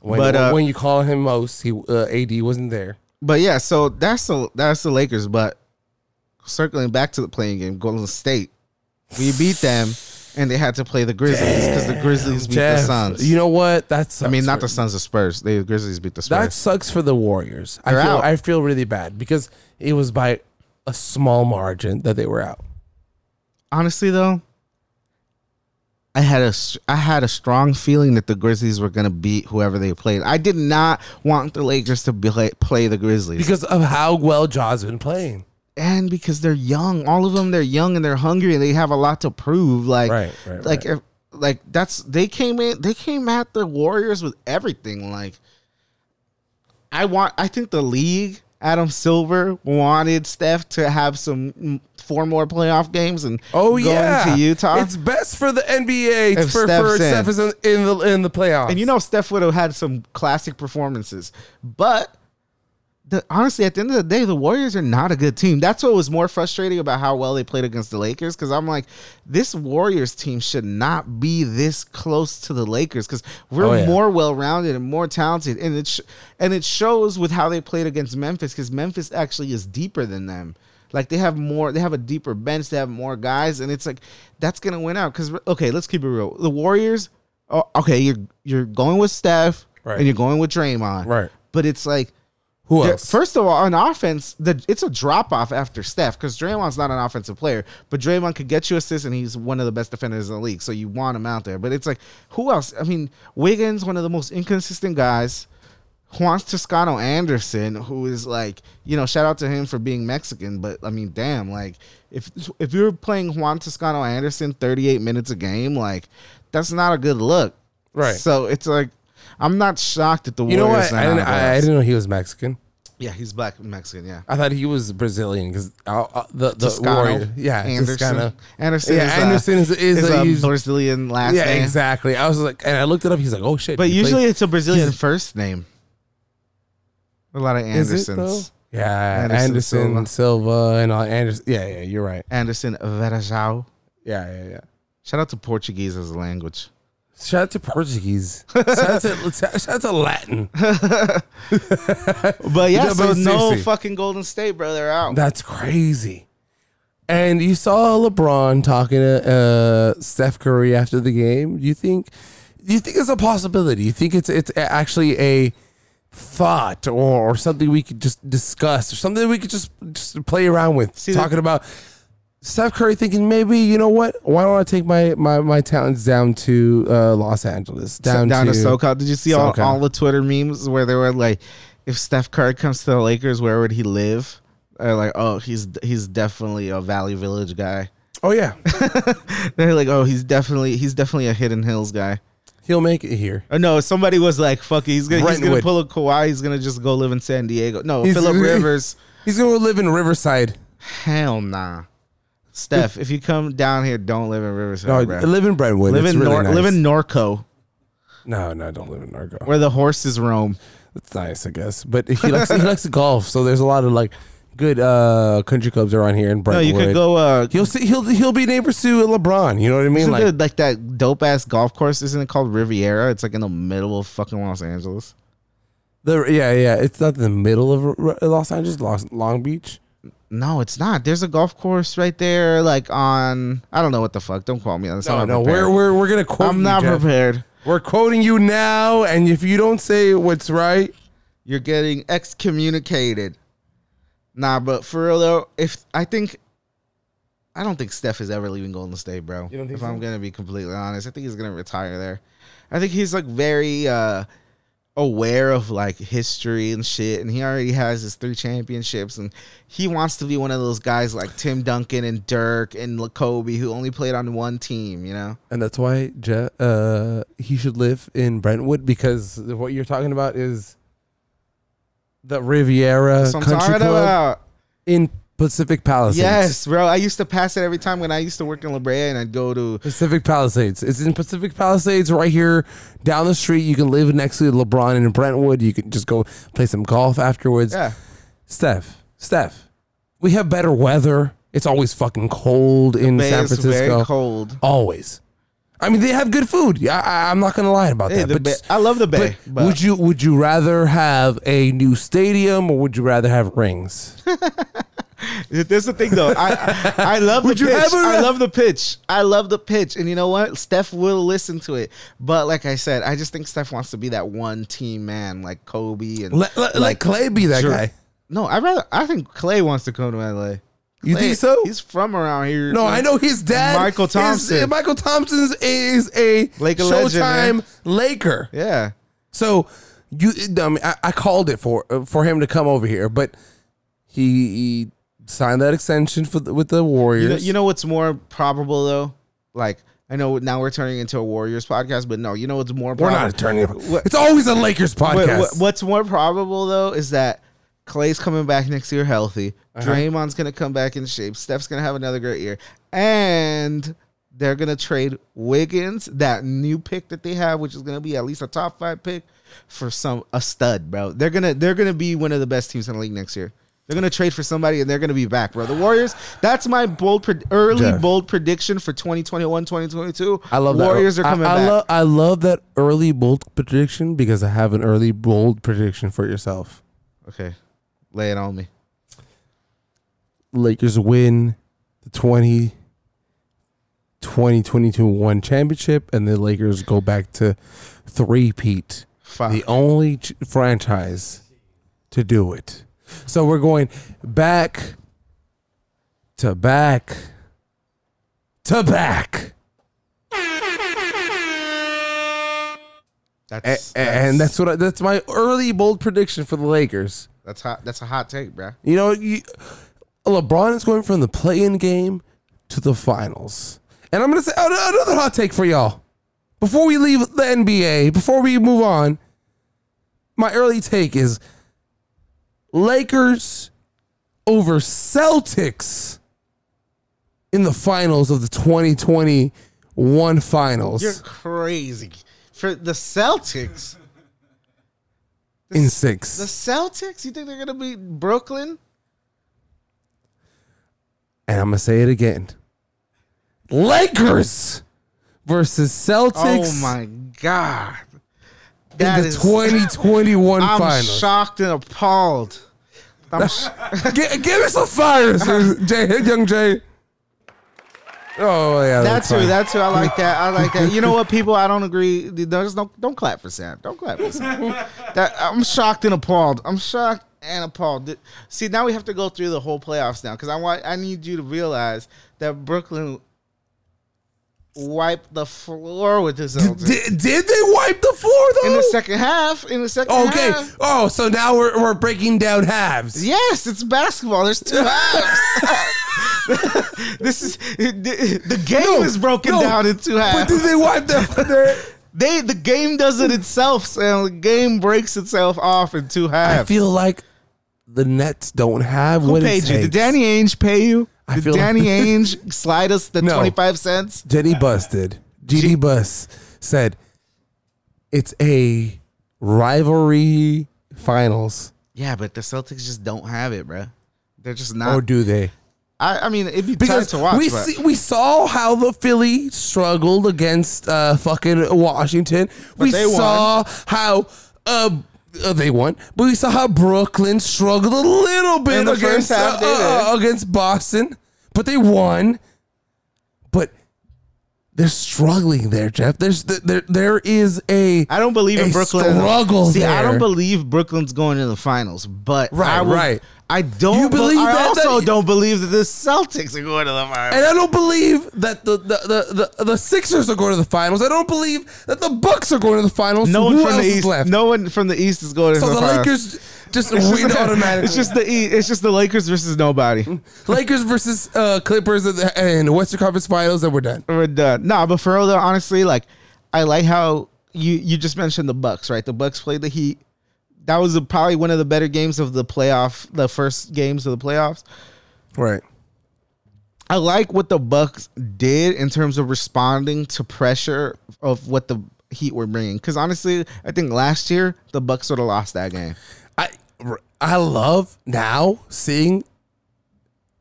S1: When,
S2: But, uh,
S1: when you call him most, he uh, AD wasn't there.
S2: But yeah, so that's the that's the Lakers. But circling back to the playing game, Golden State, we beat them, and they had to play the Grizzlies because the Grizzlies beat the
S1: Jeff,
S2: Suns.
S1: You know what? That's
S2: I mean, not the Suns, the Spurs. They the Grizzlies beat the Spurs.
S1: that sucks for the Warriors. I
S2: They're
S1: feel
S2: out.
S1: I feel really bad because it was by a small margin that they were out.
S2: Honestly, though, I had a s- I had a strong feeling that the Grizzlies were gonna beat whoever they played. I did not want the Lakers to be, play the Grizzlies,
S1: Because of how well Jaw's been playing.
S2: and because they're young, all of them they're young and they're hungry and they have a lot to prove. Like,
S1: Right, right,
S2: like,
S1: right.
S2: If, like that's they came in they came at the Warriors with everything. Like, I want I think the league Adam Silver wanted Steph to have some mm, four more playoff games and
S1: Oh
S2: going
S1: yeah,
S2: to Utah.
S1: It's best for the NBA
S2: If
S1: for,
S2: Steph's
S1: for
S2: in.
S1: Steph is in, in the in the playoffs.
S2: and you know Steph would have had some classic performances, but. The, honestly, at the end of the day, the Warriors are not a good team. That's what was more frustrating about how well they played against the Lakers. Because I'm like, this Warriors team should not be this close to the Lakers because we're
S1: Oh, yeah.
S2: more well-rounded and more talented, and it sh- and it shows with how they played against Memphis because Memphis actually is deeper than them. Like they have more, they have a deeper bench, they have more guys, and it's like that's gonna win out. Because okay, let's keep it real. The Warriors, oh, okay, you're you're going with Steph
S1: Right.
S2: and you're going with Draymond,
S1: Right.
S2: But it's like
S1: who
S2: yeah,
S1: else?
S2: First of all, on offense, the it's a drop off after Steph because Draymond's not an offensive player, but Draymond could get you assists and he's one of the best defenders in the league, so you want him out there. But it's like, who else? I mean, Wiggins, one of the most inconsistent guys. Juan Toscano Anderson, who is like, you know, shout out to him for being Mexican, but I mean, damn, like if if you're playing Juan Toscano Anderson 38 minutes a game, like that's not a good look,
S1: Right.
S2: So it's like, I'm not shocked at the
S1: you know
S2: Warriors.
S1: what? I didn't, I, I didn't know he was Mexican.
S2: yeah, he's black and Mexican. Yeah.
S1: I thought he was Brazilian because uh, uh, the the
S2: Toscano.
S1: warrior. Yeah,
S2: Anderson.
S1: Toscano.
S2: Anderson.
S1: Yeah,
S2: is
S1: Anderson
S2: a,
S1: is- is a
S2: a,
S1: us-
S2: Brazilian last
S1: Yeah,
S2: name.
S1: exactly. I was like, and I looked it up. He's like, oh shit.
S2: But
S1: he
S2: usually
S1: played-
S2: it's a Brazilian first name. A lot of
S1: Is it,
S2: Andersons.
S1: though? Yeah,
S2: Anderson
S1: Anderson, Silva. and all Anderson. Yeah, yeah, you're right.
S2: Anderson Verajao.
S1: Yeah, yeah, yeah.
S2: Shout out to Portuguese as a language.
S1: Shout out to Portuguese. shout, out to, shout out to Latin.
S2: But yeah,
S1: Yeah,
S2: so
S1: but
S2: no
S1: seriously.
S2: fucking Golden State, bro. They're out.
S1: That's crazy. And you saw LeBron talking to uh, Steph Curry after the game. Do you think? Do you think it's a possibility? You think it's it's a- actually a thought or, or something we could just discuss or something we could just just play around with?
S2: See,
S1: talking about Steph Curry thinking maybe you know what? Why don't I take my my my talents down to uh, Los Angeles, down,
S2: down
S1: to,
S2: to SoCal. Did you see all,
S1: SoCal.
S2: all the Twitter memes where they were like, if Steph Curry comes to the Lakers, where would he live? Or like, oh, he's he's definitely a Valley Village guy.
S1: Oh yeah,
S2: They're like, oh, he's definitely he's definitely a Hidden Hills guy.
S1: he'll make it here.
S2: Or no, somebody was like, fuck it, he's gonna he's gonna
S1: Brentwood.
S2: pull a Kawhi. He's gonna just go live in San Diego. No,
S1: He's-
S2: Philip Rivers.
S1: He's gonna live in Riverside.
S2: Hell nah. Steph, if you come down here, don't live in Riverside.
S1: No,
S2: bro.
S1: live in Brentwood.
S2: live
S1: It's
S2: in
S1: really
S2: Nor-
S1: nice.
S2: live in Norco,
S1: No, no, don't live in Narco.
S2: where the horses roam.
S1: It's nice, I guess. But he likes he likes to golf, so there's a lot of like good uh country clubs around here in
S2: No,
S1: Brentwood.
S2: you could go. Uh,
S1: He'll see, he'll he'll be neighbors to LeBron. You know what I mean?
S2: Isn't
S1: Like,
S2: there, like that dope ass golf course? Isn't it called Riviera? It's like in the middle of fucking Los Angeles.
S1: the, yeah, yeah. It's not the middle of R- R- Los Angeles, Los, Long Beach.
S2: No, it's not. There's a golf course right there, like on I don't know what the fuck. Don't quote me on this.
S1: No,
S2: I'm not
S1: no,
S2: prepared.
S1: we're we're we're gonna quote.
S2: I'm
S1: you,
S2: not
S1: Jeff.
S2: prepared.
S1: We're quoting you now, and if you don't say what's right,
S2: You're getting excommunicated. Nah, but for real though, if I think I don't think Steph is ever leaving Golden State, bro.
S1: don't think
S2: if I'm gonna be completely honest, I think he's gonna retire there. I think he's like very uh aware of like history and shit, and he already has his three championships, and he wants to be one of those guys like Tim Duncan and Dirk and Kobe who only played on one team, you know?
S1: and that's why Jeff, uh, he should live in Brentwood because what you're talking about is the Riviera
S2: So I'm
S1: Country
S2: talking
S1: Club
S2: about.
S1: in Pacific Palisades.
S2: Yes, bro. I used to pass it every time when I used to work in La Brea, and I'd go to
S1: Pacific Palisades. It's in Pacific Palisades, right here down the street. You can live next to LeBron in Brentwood. You can just go play some golf afterwards.
S2: yeah.
S1: Steph, Steph, we have better weather. It's always fucking cold in
S2: Bay
S1: San
S2: is very
S1: Francisco.
S2: cold.
S1: Always. I mean, they have good food. Yeah, I, I- I'm not gonna lie about
S2: Hey,
S1: that.
S2: the
S1: But,
S2: Bay, I love the
S1: but
S2: Bay. But
S1: would you would you rather have a new stadium or would you rather have rings?
S2: That's the thing, though. I I love the
S1: Would you
S2: pitch.
S1: ever-
S2: I love the pitch. I love the pitch. And you know what? Steph will listen to it. But like I said, I just think Steph wants to be that one team man, like Kobe and
S1: Let, let, let Clay be that
S2: Sure.
S1: guy.
S2: no. I rather I think Clay wants to come to LA.
S1: You
S2: Clay-
S1: think so?
S2: He's from around here.
S1: No, I know his dad,
S2: Michael
S1: is-
S2: Thompson.
S1: Michael Thompson is a
S2: Laker legend,
S1: Showtime
S2: man.
S1: Laker.
S2: Yeah.
S1: So you, I, mean, I, I called it for uh, for him to come over here, but he, he signed that extension for the, with the Warriors.
S2: You know, you know what's more probable though? Like I know now we're turning into a Warriors podcast, but no, you know what's more
S1: we're
S2: probable?
S1: not attorney.
S2: What-
S1: It's always a Lakers
S2: Wait,
S1: podcast.
S2: wh- what's more probable though is that Clay's coming back next year healthy.
S1: Uh-huh.
S2: Draymond's gonna come back in shape. Steph's gonna have another great year, and they're gonna trade Wiggins, that new pick that they have, which is gonna be at least a top five pick, for some a stud, bro. They're gonna they're gonna be one of the best teams in the league next year. They're gonna trade for somebody and they're gonna be back, bro. The Warriors. That's my bold pred- early
S1: Jeff.
S2: bold prediction for 2021, 2022.
S1: I love that.
S2: Warriors are coming
S1: I, I
S2: back.
S1: Love, I love that early bold prediction because I have an early bold prediction for yourself.
S2: okay, lay it on me.
S1: Lakers win the 20 2021 championship and the Lakers go back to three Pete.
S2: Fuck.
S1: The only ch- franchise to do it. So we're going back to back to back. A-
S2: That's,
S1: a- and that's what I, that's my early bold prediction for the Lakers.
S2: That's hot. That's a hot take, bro.
S1: You know, you, LeBron is going from the play-in game to the finals. And I'm going to say an- another hot take for y'all. Before we leave the NBA, before we move on, my early take is Lakers over Celtics in the finals of the 2021 finals
S2: You're crazy for the Celtics.
S1: in
S2: The
S1: six.
S2: Celtics. You think they're gonna beat Brooklyn?
S1: And I'm going to say it again. Lakers versus Celtics
S2: Oh my god.
S1: in
S2: That
S1: the
S2: is-
S1: 2021
S2: I'm
S1: finals.
S2: shocked and appalled. I'm sh-
S1: Gi- give us some fire, sir. Jay, hey, young Jay. Oh yeah,
S2: that too.
S1: fine.
S2: That too. I like that. I like that. You know what, people? I don't agree. There's no. Don't clap for Sam. Don't clap for Sam. That I'm shocked and appalled. I'm shocked and appalled. Th- See, now we have to go through the whole playoffs now because I want. I need you to realize that Brooklyn wiped the floor with this Celtics
S1: Did, did they wipe the floor though?
S2: in the second half. In the second.
S1: okay.
S2: half.
S1: Oh, so now we're, we're breaking down halves.
S2: Yes, it's basketball. There's two halves. this is the, the game
S1: No,
S2: is broken
S1: no,
S2: down in two halves.
S1: But did they wipe the? their-
S2: They the game does it itself, Sam. The game breaks itself off in two
S1: I
S2: halves.
S1: feel like the Nets don't have
S2: Who
S1: what
S2: paid
S1: it
S2: you?
S1: takes.
S2: Did Danny Ainge pay you?
S1: I
S2: Did
S1: feel-
S2: Danny Ainge slide us the
S1: No.
S2: twenty five cents?
S1: Jenny Bus did. GD Bus said, "It's a rivalry finals,
S2: Yeah, but the Celtics just don't have it, bruh. They're just
S1: or
S2: not.
S1: do they?"
S2: I, I mean, it'd be
S1: Because
S2: tough to watch.
S1: we
S2: but
S1: see, we saw how the Philly struggled against uh, fucking Washington. we
S2: they won.
S1: saw how uh, uh, they won, but we saw how Brooklyn struggled a little bit
S2: In the
S1: against
S2: first half, they
S1: uh, uh, against Boston, but they won. But they're struggling there, Jeff. There's th- there there is a
S2: I don't believe in
S1: a
S2: Brooklyn.
S1: struggle
S2: See, I
S1: there.
S2: don't believe Brooklyn's going to the finals, but
S1: Right,
S2: I would-
S1: right.
S2: I don't.
S1: You
S2: be-
S1: believe
S2: I
S1: that-
S2: also
S1: that-
S2: don't believe that the Celtics are going to the finals.
S1: And I don't believe that the the, the, the the Sixers are going to the finals. I don't believe that the Bucks are going to the finals.
S2: no one
S1: Who
S2: from
S1: else
S2: the
S1: is
S2: east.
S1: left?
S2: No one from the east is going to
S1: So
S2: the,
S1: the
S2: finals.
S1: Lakers just win automatically.
S2: It's just the E- it's just the Lakers versus nobody.
S1: Lakers versus uh, Clippers in the, in the Western Conference Finals, and we're done.
S2: We're done. Nah, but for real though, honestly, like I like how you you just mentioned the Bucks, right? The Bucks played the Heat. That was a, probably one of the better games of the playoff, the first games of the playoffs.
S1: Right.
S2: I like what the Bucks did in terms of responding to pressure of what the Heat were bringing. Because honestly, I think last year the Bucks would have lost that game.
S1: I I love now seeing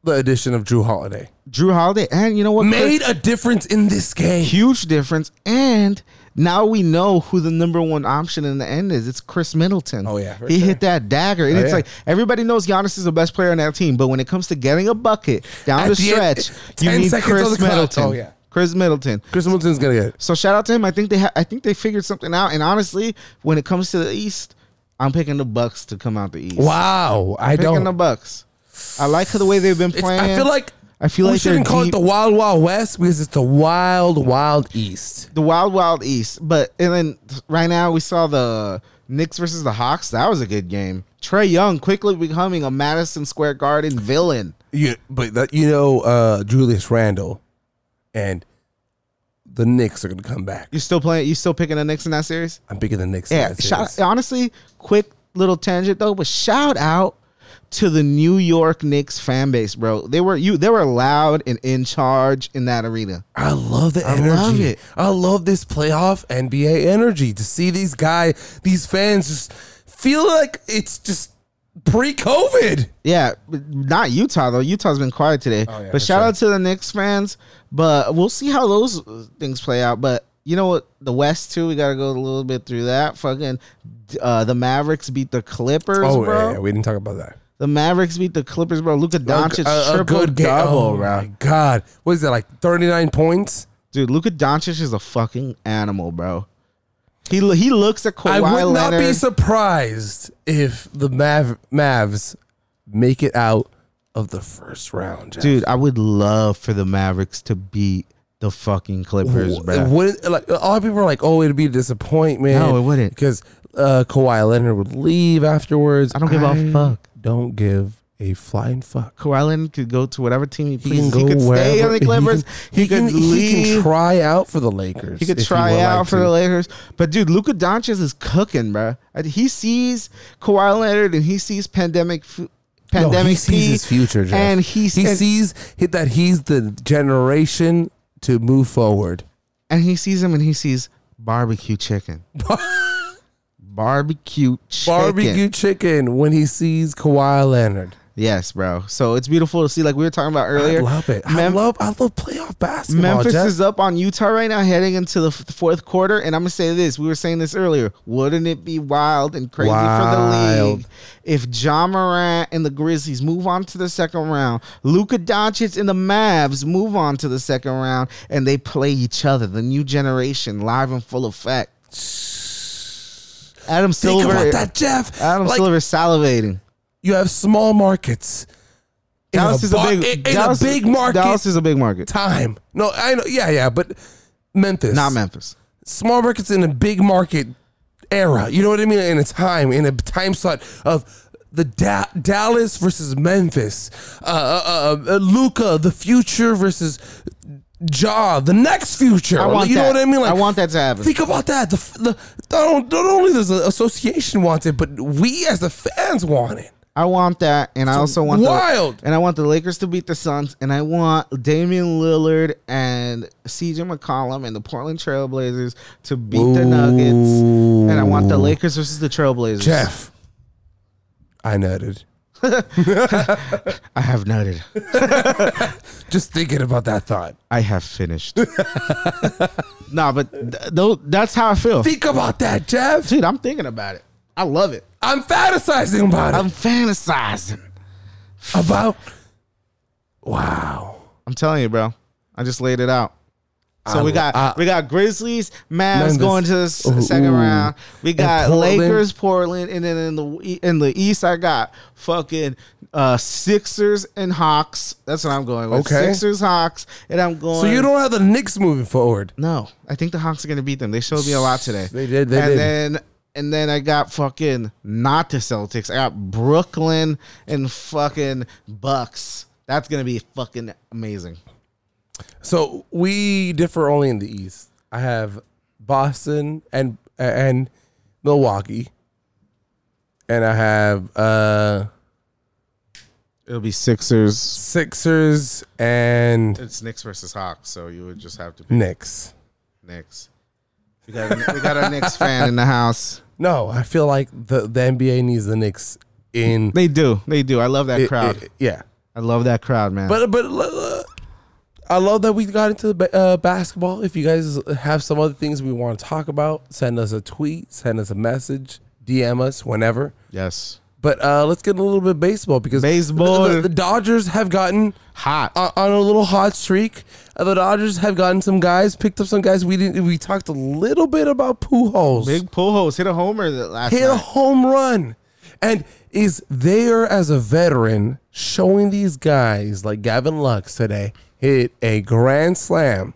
S1: the addition of Drew Holiday
S2: Drew Holiday, and you know what? Chris-
S1: made a difference in this game.
S2: huge difference. And now we know who the number one option in the end is. It's Chris Middleton.
S1: Oh, yeah, for
S2: he
S1: sure.
S2: hit that dagger, and
S1: Oh,
S2: it's
S1: yeah.
S2: like everybody knows Giannis is the best player on that team. But when it comes to getting a bucket down
S1: At
S2: the,
S1: the end,
S2: stretch, you
S1: 10
S2: need
S1: seconds on the
S2: Chris
S1: clock.
S2: Middleton.
S1: Oh, yeah.
S2: Chris Middleton.
S1: Chris Middleton's gonna get it.
S2: So shout out to him. I think they ha- I think they figured something out. And honestly, when it comes to the East, I'm picking the Bucks to come out the East.
S1: Wow, I
S2: Picking
S1: don't.
S2: the Bucks. I like the way they've been
S1: It's,
S2: playing.
S1: I feel like
S2: I feel
S1: we
S2: like they're
S1: shouldn't call
S2: deep.
S1: it the Wild Wild West because it's the Wild Wild East.
S2: the Wild Wild East. But and then right now we saw the Knicks versus the Hawks. That was a good game. Trey Young quickly becoming a Madison Square Garden villain.
S1: You, but that, you know, uh, Julius Randle and the Knicks are gonna come back.
S2: You still playing? You still picking the Knicks in that series?
S1: I'm picking the Knicks. in
S2: Yeah.
S1: that
S2: Shout,
S1: series.
S2: honestly, quick little tangent though, but shout out to the New York Knicks fan base, bro. They were you. They were loud and in charge in that arena.
S1: I love the energy. I
S2: love
S1: love
S2: it.
S1: this playoff NBA energy to see these guy, these fans just feel like it's just pre-COVID.
S2: Yeah, but not Utah though. Utah's been quiet today.
S1: Oh, yeah, for
S2: but shout out to the Knicks fans. But we'll see how those uh, things play out. But you know what? The West too. We got to go a little bit through that. Fucking uh, the Mavericks beat the Clippers, bro.
S1: Oh, we didn't talk about that.
S2: The Mavericks beat the Clippers, bro. Luka Doncic
S1: A- a- a
S2: triple
S1: good game.
S2: double,
S1: oh
S2: bro.
S1: my god, what is that like? Thirty-nine points.
S2: Dude, Luka Doncic is a fucking animal, bro. He lo- he looks at Kawhi
S1: I would not
S2: Leonard.
S1: be surprised if the Mav Mavs make it out of the first round, Jeff.
S2: Dude, I would love for the Mavericks to beat the fucking Clippers,
S1: Wh-
S2: bro.
S1: Wouldn't, like a lot of people are like, oh, it'd be a disappointment.
S2: No, it wouldn't.
S1: because uh, Kawhi Leonard would leave afterwards.
S2: I don't give a fuck.
S1: Don't give a flying fuck.
S2: Kawhi Leonard could go to whatever team he pleases. He,
S1: go
S2: could stay on
S1: wherever-
S2: the Clippers. He,
S1: can-
S2: could
S1: he
S2: leave.
S1: can
S2: He,
S1: try out for the Lakers.
S2: could
S1: if
S2: try
S1: would
S2: out
S1: like
S2: for
S1: to.
S2: the Lakers. But dude, Luka Doncic is cooking, bro. He sees Kawhi Leonard and he sees pandemic, f-
S1: No,
S2: pandemic.
S1: he sees
S2: P,
S1: his future, Jeff.
S2: and he
S1: he
S2: and,
S1: sees hi- that he's the generation to move forward.
S2: and he sees him and he sees barbecue chicken. barbecue chicken.
S1: Barbecue chicken when he sees Kawhi Leonard.
S2: Yes, bro. So it's beautiful to see. Like we were talking about
S1: I
S2: earlier.
S1: love it. I
S2: Mem-
S1: love I love playoff basketball.
S2: Memphis
S1: Jeff.
S2: is up on Utah right now, heading into the f- fourth quarter. And I'm gonna say this: we were saying this earlier. Wouldn't it be wild and crazy for the
S1: Wild.
S2: league if John Morant and the Grizzlies move on to the second round, Luka Doncic and the Mavs move on to the second round, and they play each other, the new generation, live in full effect. Adam
S1: Think
S2: Silver,
S1: about that, Jeff.
S2: Adam
S1: like,
S2: Silver salivating.
S1: You have small markets. In
S2: Dallas is a
S1: bar-
S2: big,
S1: in, in
S2: Dallas,
S1: a big market.
S2: Dallas is a big market,
S1: time. No, I know. Yeah, yeah, but Memphis,
S2: not Memphis.
S1: small markets in a big market era. You know what I mean? In a time, in a time slot of the da- Dallas versus Memphis, uh, uh, uh, uh, Luca, the future versus Ja, the next future.
S2: I want
S1: you know
S2: that.
S1: what I mean? Like
S2: I want that to happen.
S1: Think about that. The, f- the not, not only does the association want it, but we as the fans want it.
S2: I want that, and I also want
S1: wild.
S2: The, and I want the Lakers to beat the Suns, and I want Damian Lillard and CJ McCollum and the Portland Trailblazers to beat the Nuggets, and I want the Lakers versus the Trailblazers.
S1: Jeff, I nodded.
S2: I have noted.
S1: Just thinking about that thought.
S2: I have finished. nah, but th- tho- that's how I feel,
S1: Think about that, Jeff.
S2: dude. I'm thinking about it. I love it.
S1: I'm fantasizing about it.
S2: I'm fantasizing.
S1: about wow
S2: I'm telling you, bro. I just laid it out. So
S1: I
S2: we
S1: lo-
S2: got
S1: I-
S2: we got Grizzlies, Mavs
S1: Memphis.
S2: going to the s-
S1: Ooh,
S2: second
S1: ooh.
S2: round. We got
S1: Portland.
S2: Lakers, Portland, and then in the e- in the East, I got fucking uh, Sixers and Hawks. That's what I'm going with.
S1: Okay.
S2: Sixers, Hawks, and I'm going.
S1: so you don't have the Knicks moving forward
S2: No, I think the Hawks are gonna beat them. They showed me a lot today.
S1: They did, they
S2: and
S1: did.
S2: then and then I got fucking not the Celtics. I got Brooklyn and fucking Bucks. That's gonna be fucking amazing.
S1: so we differ only in the East I have Boston and and Milwaukee and I have uh
S2: It'll be Sixers.
S1: Sixers and
S2: It's Knicks versus Hawks, so you would just have to pick
S1: Knicks
S2: Knicks. We got a, we got a Knicks fan in the house.
S1: no I feel like the the NBA needs the Knicks in
S2: They do, they do. I love that crowd.
S1: I- I- yeah
S2: I love that crowd, man.
S1: But but uh, I love that we got into ba- uh, basketball. If you guys have some other things we want to talk about, send us a tweet, send us a message, DM us whenever.
S2: yes,
S1: But uh, let's get a little bit of baseball because
S2: Baseball.
S1: The, the Dodgers have gotten
S2: hot.
S1: on, on a little hot streak. Uh, the Dodgers have gotten some guys, picked up some guys. We didn't. We talked a little bit about Pujols.
S2: Big Pujols hit a homer that last
S1: hit a
S2: night.
S1: home run and is there as a veteran showing these guys like Gavin Lux today hit a grand slam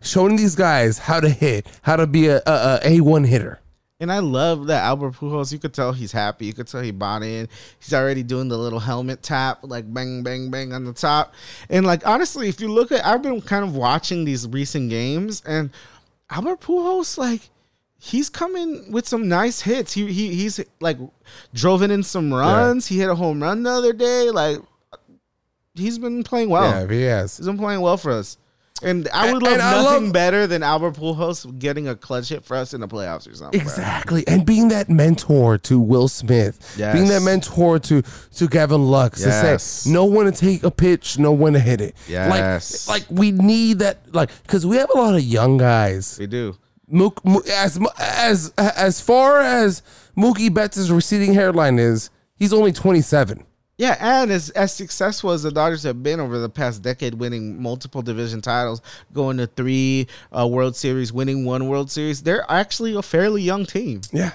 S1: showing these guys how to hit how to be a a, a A1 hitter
S2: And I love that Albert Pujols. You could tell he's happy. You could tell he bought in. He's already doing the little helmet tap, like bang, bang, bang on the top. And like honestly, if you look at, I've been kind of watching these recent games, and Albert Pujols, like he's coming with some nice hits. He he he's like drove in in some runs. He hit a home run the other day. Like he's been playing well.
S1: he has
S2: He's been playing well for us. And I
S1: And-
S2: would love
S1: and I
S2: nothing
S1: love-
S2: better than Albert Pujols getting a clutch hit for us in the playoffs or something. bro.
S1: exactly and being that mentor to Will Smith
S2: Yes.
S1: being that mentor to to Gavin Lux
S2: Yes.
S1: to say know when to take a pitch know when to hit it
S2: Yes.
S1: like like we need that like cuz we have a lot of young guys
S2: We do.
S1: Mook, Mo- as mu- as as far as Mookie Betts' receding hairline is, he's only 27.
S2: Yeah, and as, as successful as the Dodgers have been over the past decade, winning multiple division titles, going to three uh, World Series, winning one World Series, they're actually a fairly young team.
S1: Yeah.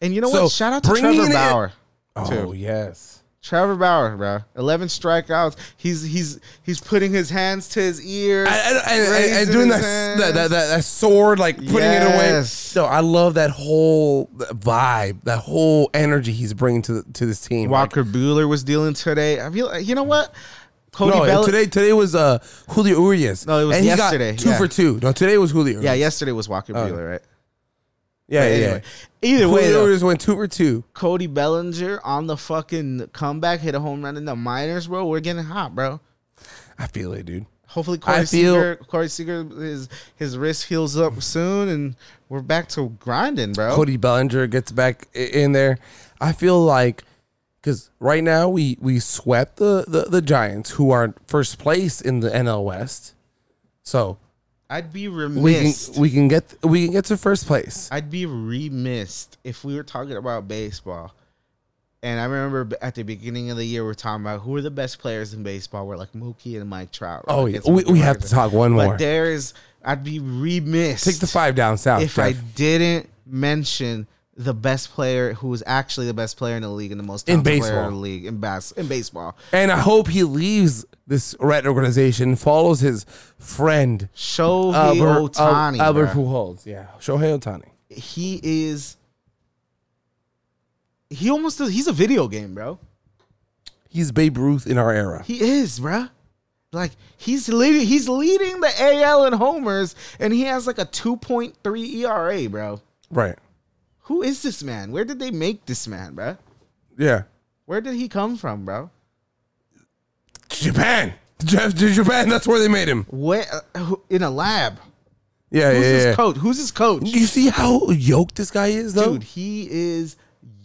S2: And you know
S1: So,
S2: what? Shout out to
S1: bringing
S2: Trevor
S1: it-
S2: Bauer.
S1: Oh
S2: Two.
S1: yes.
S2: Trevor Bauer, bro, eleven strikeouts. He's he's he's putting his hands to his ears.
S1: And, and- and- and
S2: raising
S1: doing
S2: his
S1: that,
S2: hands.
S1: that, that that that sword, like putting
S2: Yes.
S1: it away. No, I love that whole vibe, that whole energy he's bringing to to this team. Like,
S2: Walker Bueller was dealing today. I feel you know what? Cody
S1: no,
S2: Belli-
S1: today today was uh Julio Urias.
S2: No, it was
S1: and he got
S2: yesterday,
S1: two
S2: yeah.
S1: for two. No, today was Julio.
S2: Yeah,
S1: Urias.
S2: yesterday was Walker Bueller, right?
S1: Oh. yeah, yeah.
S2: Anyway,
S1: yeah.
S2: either way,
S1: Julio
S2: though,
S1: Urias went two for two.
S2: Cody Bellinger on the fucking comeback hit a home run in the minors, bro. We're getting hot, bro.
S1: I feel it, dude.
S2: Hopefully, Corey
S1: I feel-
S2: Seager, Corey Seager, his his wrist heals up soon, and we're back to grinding, bro.
S1: Cody Bellinger gets back i- in there. I feel like because right now we we swept the, the the Giants, who are in first place in the NL West. So
S2: I'd be
S1: we
S2: remiss.
S1: can we can get we can get to first place.
S2: I'd be remiss if we were talking about baseball. And I remember b- at the beginning of the year, we are talking about who are the best players in baseball. We're like Mookie and Mike Trout.
S1: Oh
S2: Like,
S1: yeah,
S2: it's
S1: we,
S2: Mookie
S1: we have to
S2: Burns.
S1: talk one
S2: But
S1: more.
S2: there is, I'd be remiss
S1: Take the five down south.
S2: if I
S1: Jeff.
S2: didn't mention the best player who was actually the best player in the league and the most
S1: In
S2: talented player
S1: baseball.
S2: in the league in, bas- in baseball.
S1: and I hope he leaves this rat organization, follows his friend
S2: Shohei
S1: Albert, Al-
S2: Otani.
S1: Albert Pujols. Yeah, Shohei Otani.
S2: he is. He almost does, he's a video game, bro.
S1: He's Babe Ruth in our era.
S2: He is, bruh. Like he's leading, he's leading the AL in homers, and he has like a two point three ERA, bro.
S1: right.
S2: Who is this man? Where did they make this man, bruh?
S1: Yeah.
S2: Where did he come from, bro?
S1: Japan. Jeff to Japan. That's where they made him.
S2: Where uh, who- in a lab?
S1: Yeah,
S2: Who's
S1: yeah. yeah.
S2: his coach? Who's his coach?
S1: you see how yoked this guy is, though.
S2: Dude, he is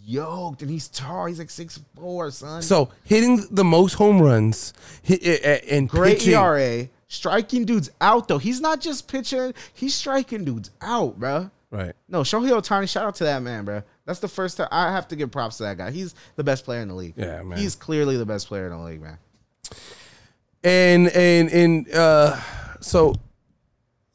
S2: yoked, and he's tall. He's like six four, son.
S1: So hitting the most home runs hi- i- i- and
S2: Great E
S1: pitching.
S2: ERA, striking dudes out though. He's not just pitching; he's striking dudes out, bruh.
S1: Right.
S2: No, Shohei Otani, shout out to that man, bro. That's the first time I have to give props to that guy. He's the best player in the league.
S1: Yeah, man.
S2: He's clearly the best player in the league, man.
S1: And and and uh, so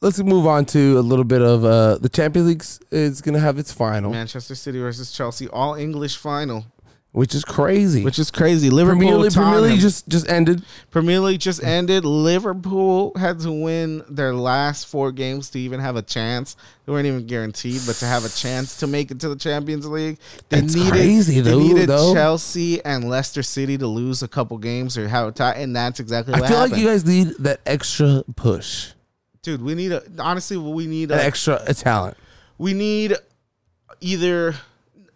S1: let's move on to a little bit of uh, the Champions League is gonna have its final,
S2: Manchester City versus Chelsea, all English final,
S1: which is crazy.
S2: which is crazy. Liverpool,
S1: Premier League, Premier League
S2: just
S1: just just ended.
S2: Premier League just ended. Liverpool had to win their last four games to even have a chance. They weren't even guaranteed, but to have a chance to make it to the Champions League, they
S1: That's
S2: needed
S1: crazy,
S2: they
S1: though,
S2: needed
S1: though.
S2: Chelsea and Leicester City to lose a couple games or have a tie, and that's exactly
S1: I
S2: what
S1: feel
S2: happened.
S1: like you guys need that extra push,
S2: Dude, we need a honestly. We need
S1: that
S2: a
S1: extra talent.
S2: we need either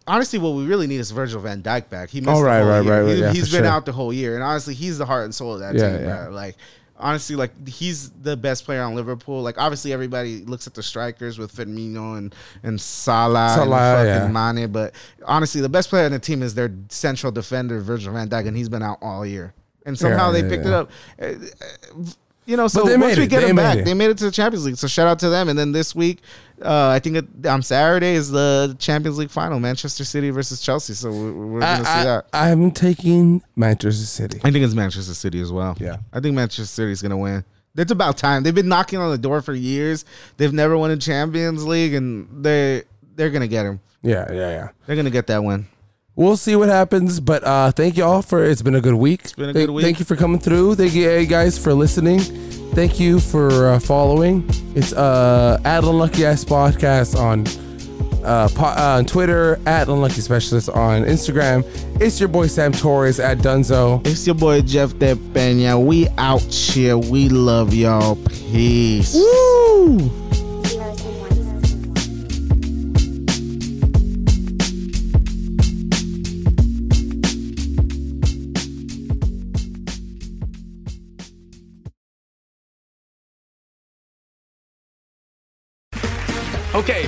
S2: honestly what we really need is Virgil Van Dyke back. He missed
S1: Oh, right,
S2: the whole
S1: right,
S2: year.
S1: right, right,
S2: He,
S1: yeah,
S2: has
S1: for
S2: been
S1: sure.
S2: out the whole year, and honestly, he's the heart and soul of that
S1: Yeah,
S2: team.
S1: yeah.
S2: bro. Like honestly, like he's the best player on Liverpool. Like obviously, everybody looks at the strikers with Firmino and and Salah,
S1: Salah,
S2: and fucking Mane, but honestly, the best player on the team is their central defender Virgil Van Dyke, and he's been out all year. And somehow they
S1: yeah,
S2: picked
S1: yeah.
S2: it up. Uh, uh, You know, so
S1: they
S2: once
S1: made
S2: we
S1: it.
S2: get
S1: They
S2: him
S1: made
S2: back,
S1: it.
S2: they made it to the Champions League. So shout out to them. And then this week, uh, I think it, on Saturday is the Champions League final, Manchester City versus Chelsea. So we're, we're gonna see
S1: I,
S2: that.
S1: I, I'm taking Manchester City.
S2: I think it's Manchester City as well.
S1: Yeah.
S2: I think Manchester City's gonna win. It's about time. They've been knocking on the door for years. They've never won a Champions League, and they they're gonna get him.
S1: Yeah, yeah, yeah.
S2: They're gonna get that win.
S1: We'll see what happens, but uh, thank you all for it's been a good week. It's
S2: been a
S1: thank,
S2: good week.
S1: Thank you for coming through. Thank you uh, guys for listening. Thank you for uh, following. It's uh, at Unlucky Ass Podcast on uh, po- uh, on Twitter, at Unlucky Specialist on Instagram. It's your boy Sam Torres at Dunzo.
S2: It's your boy Jeff De Pena. We out here. We love y'all. Peace.
S1: Woo!
S3: zeros and ones.
S4: Okay,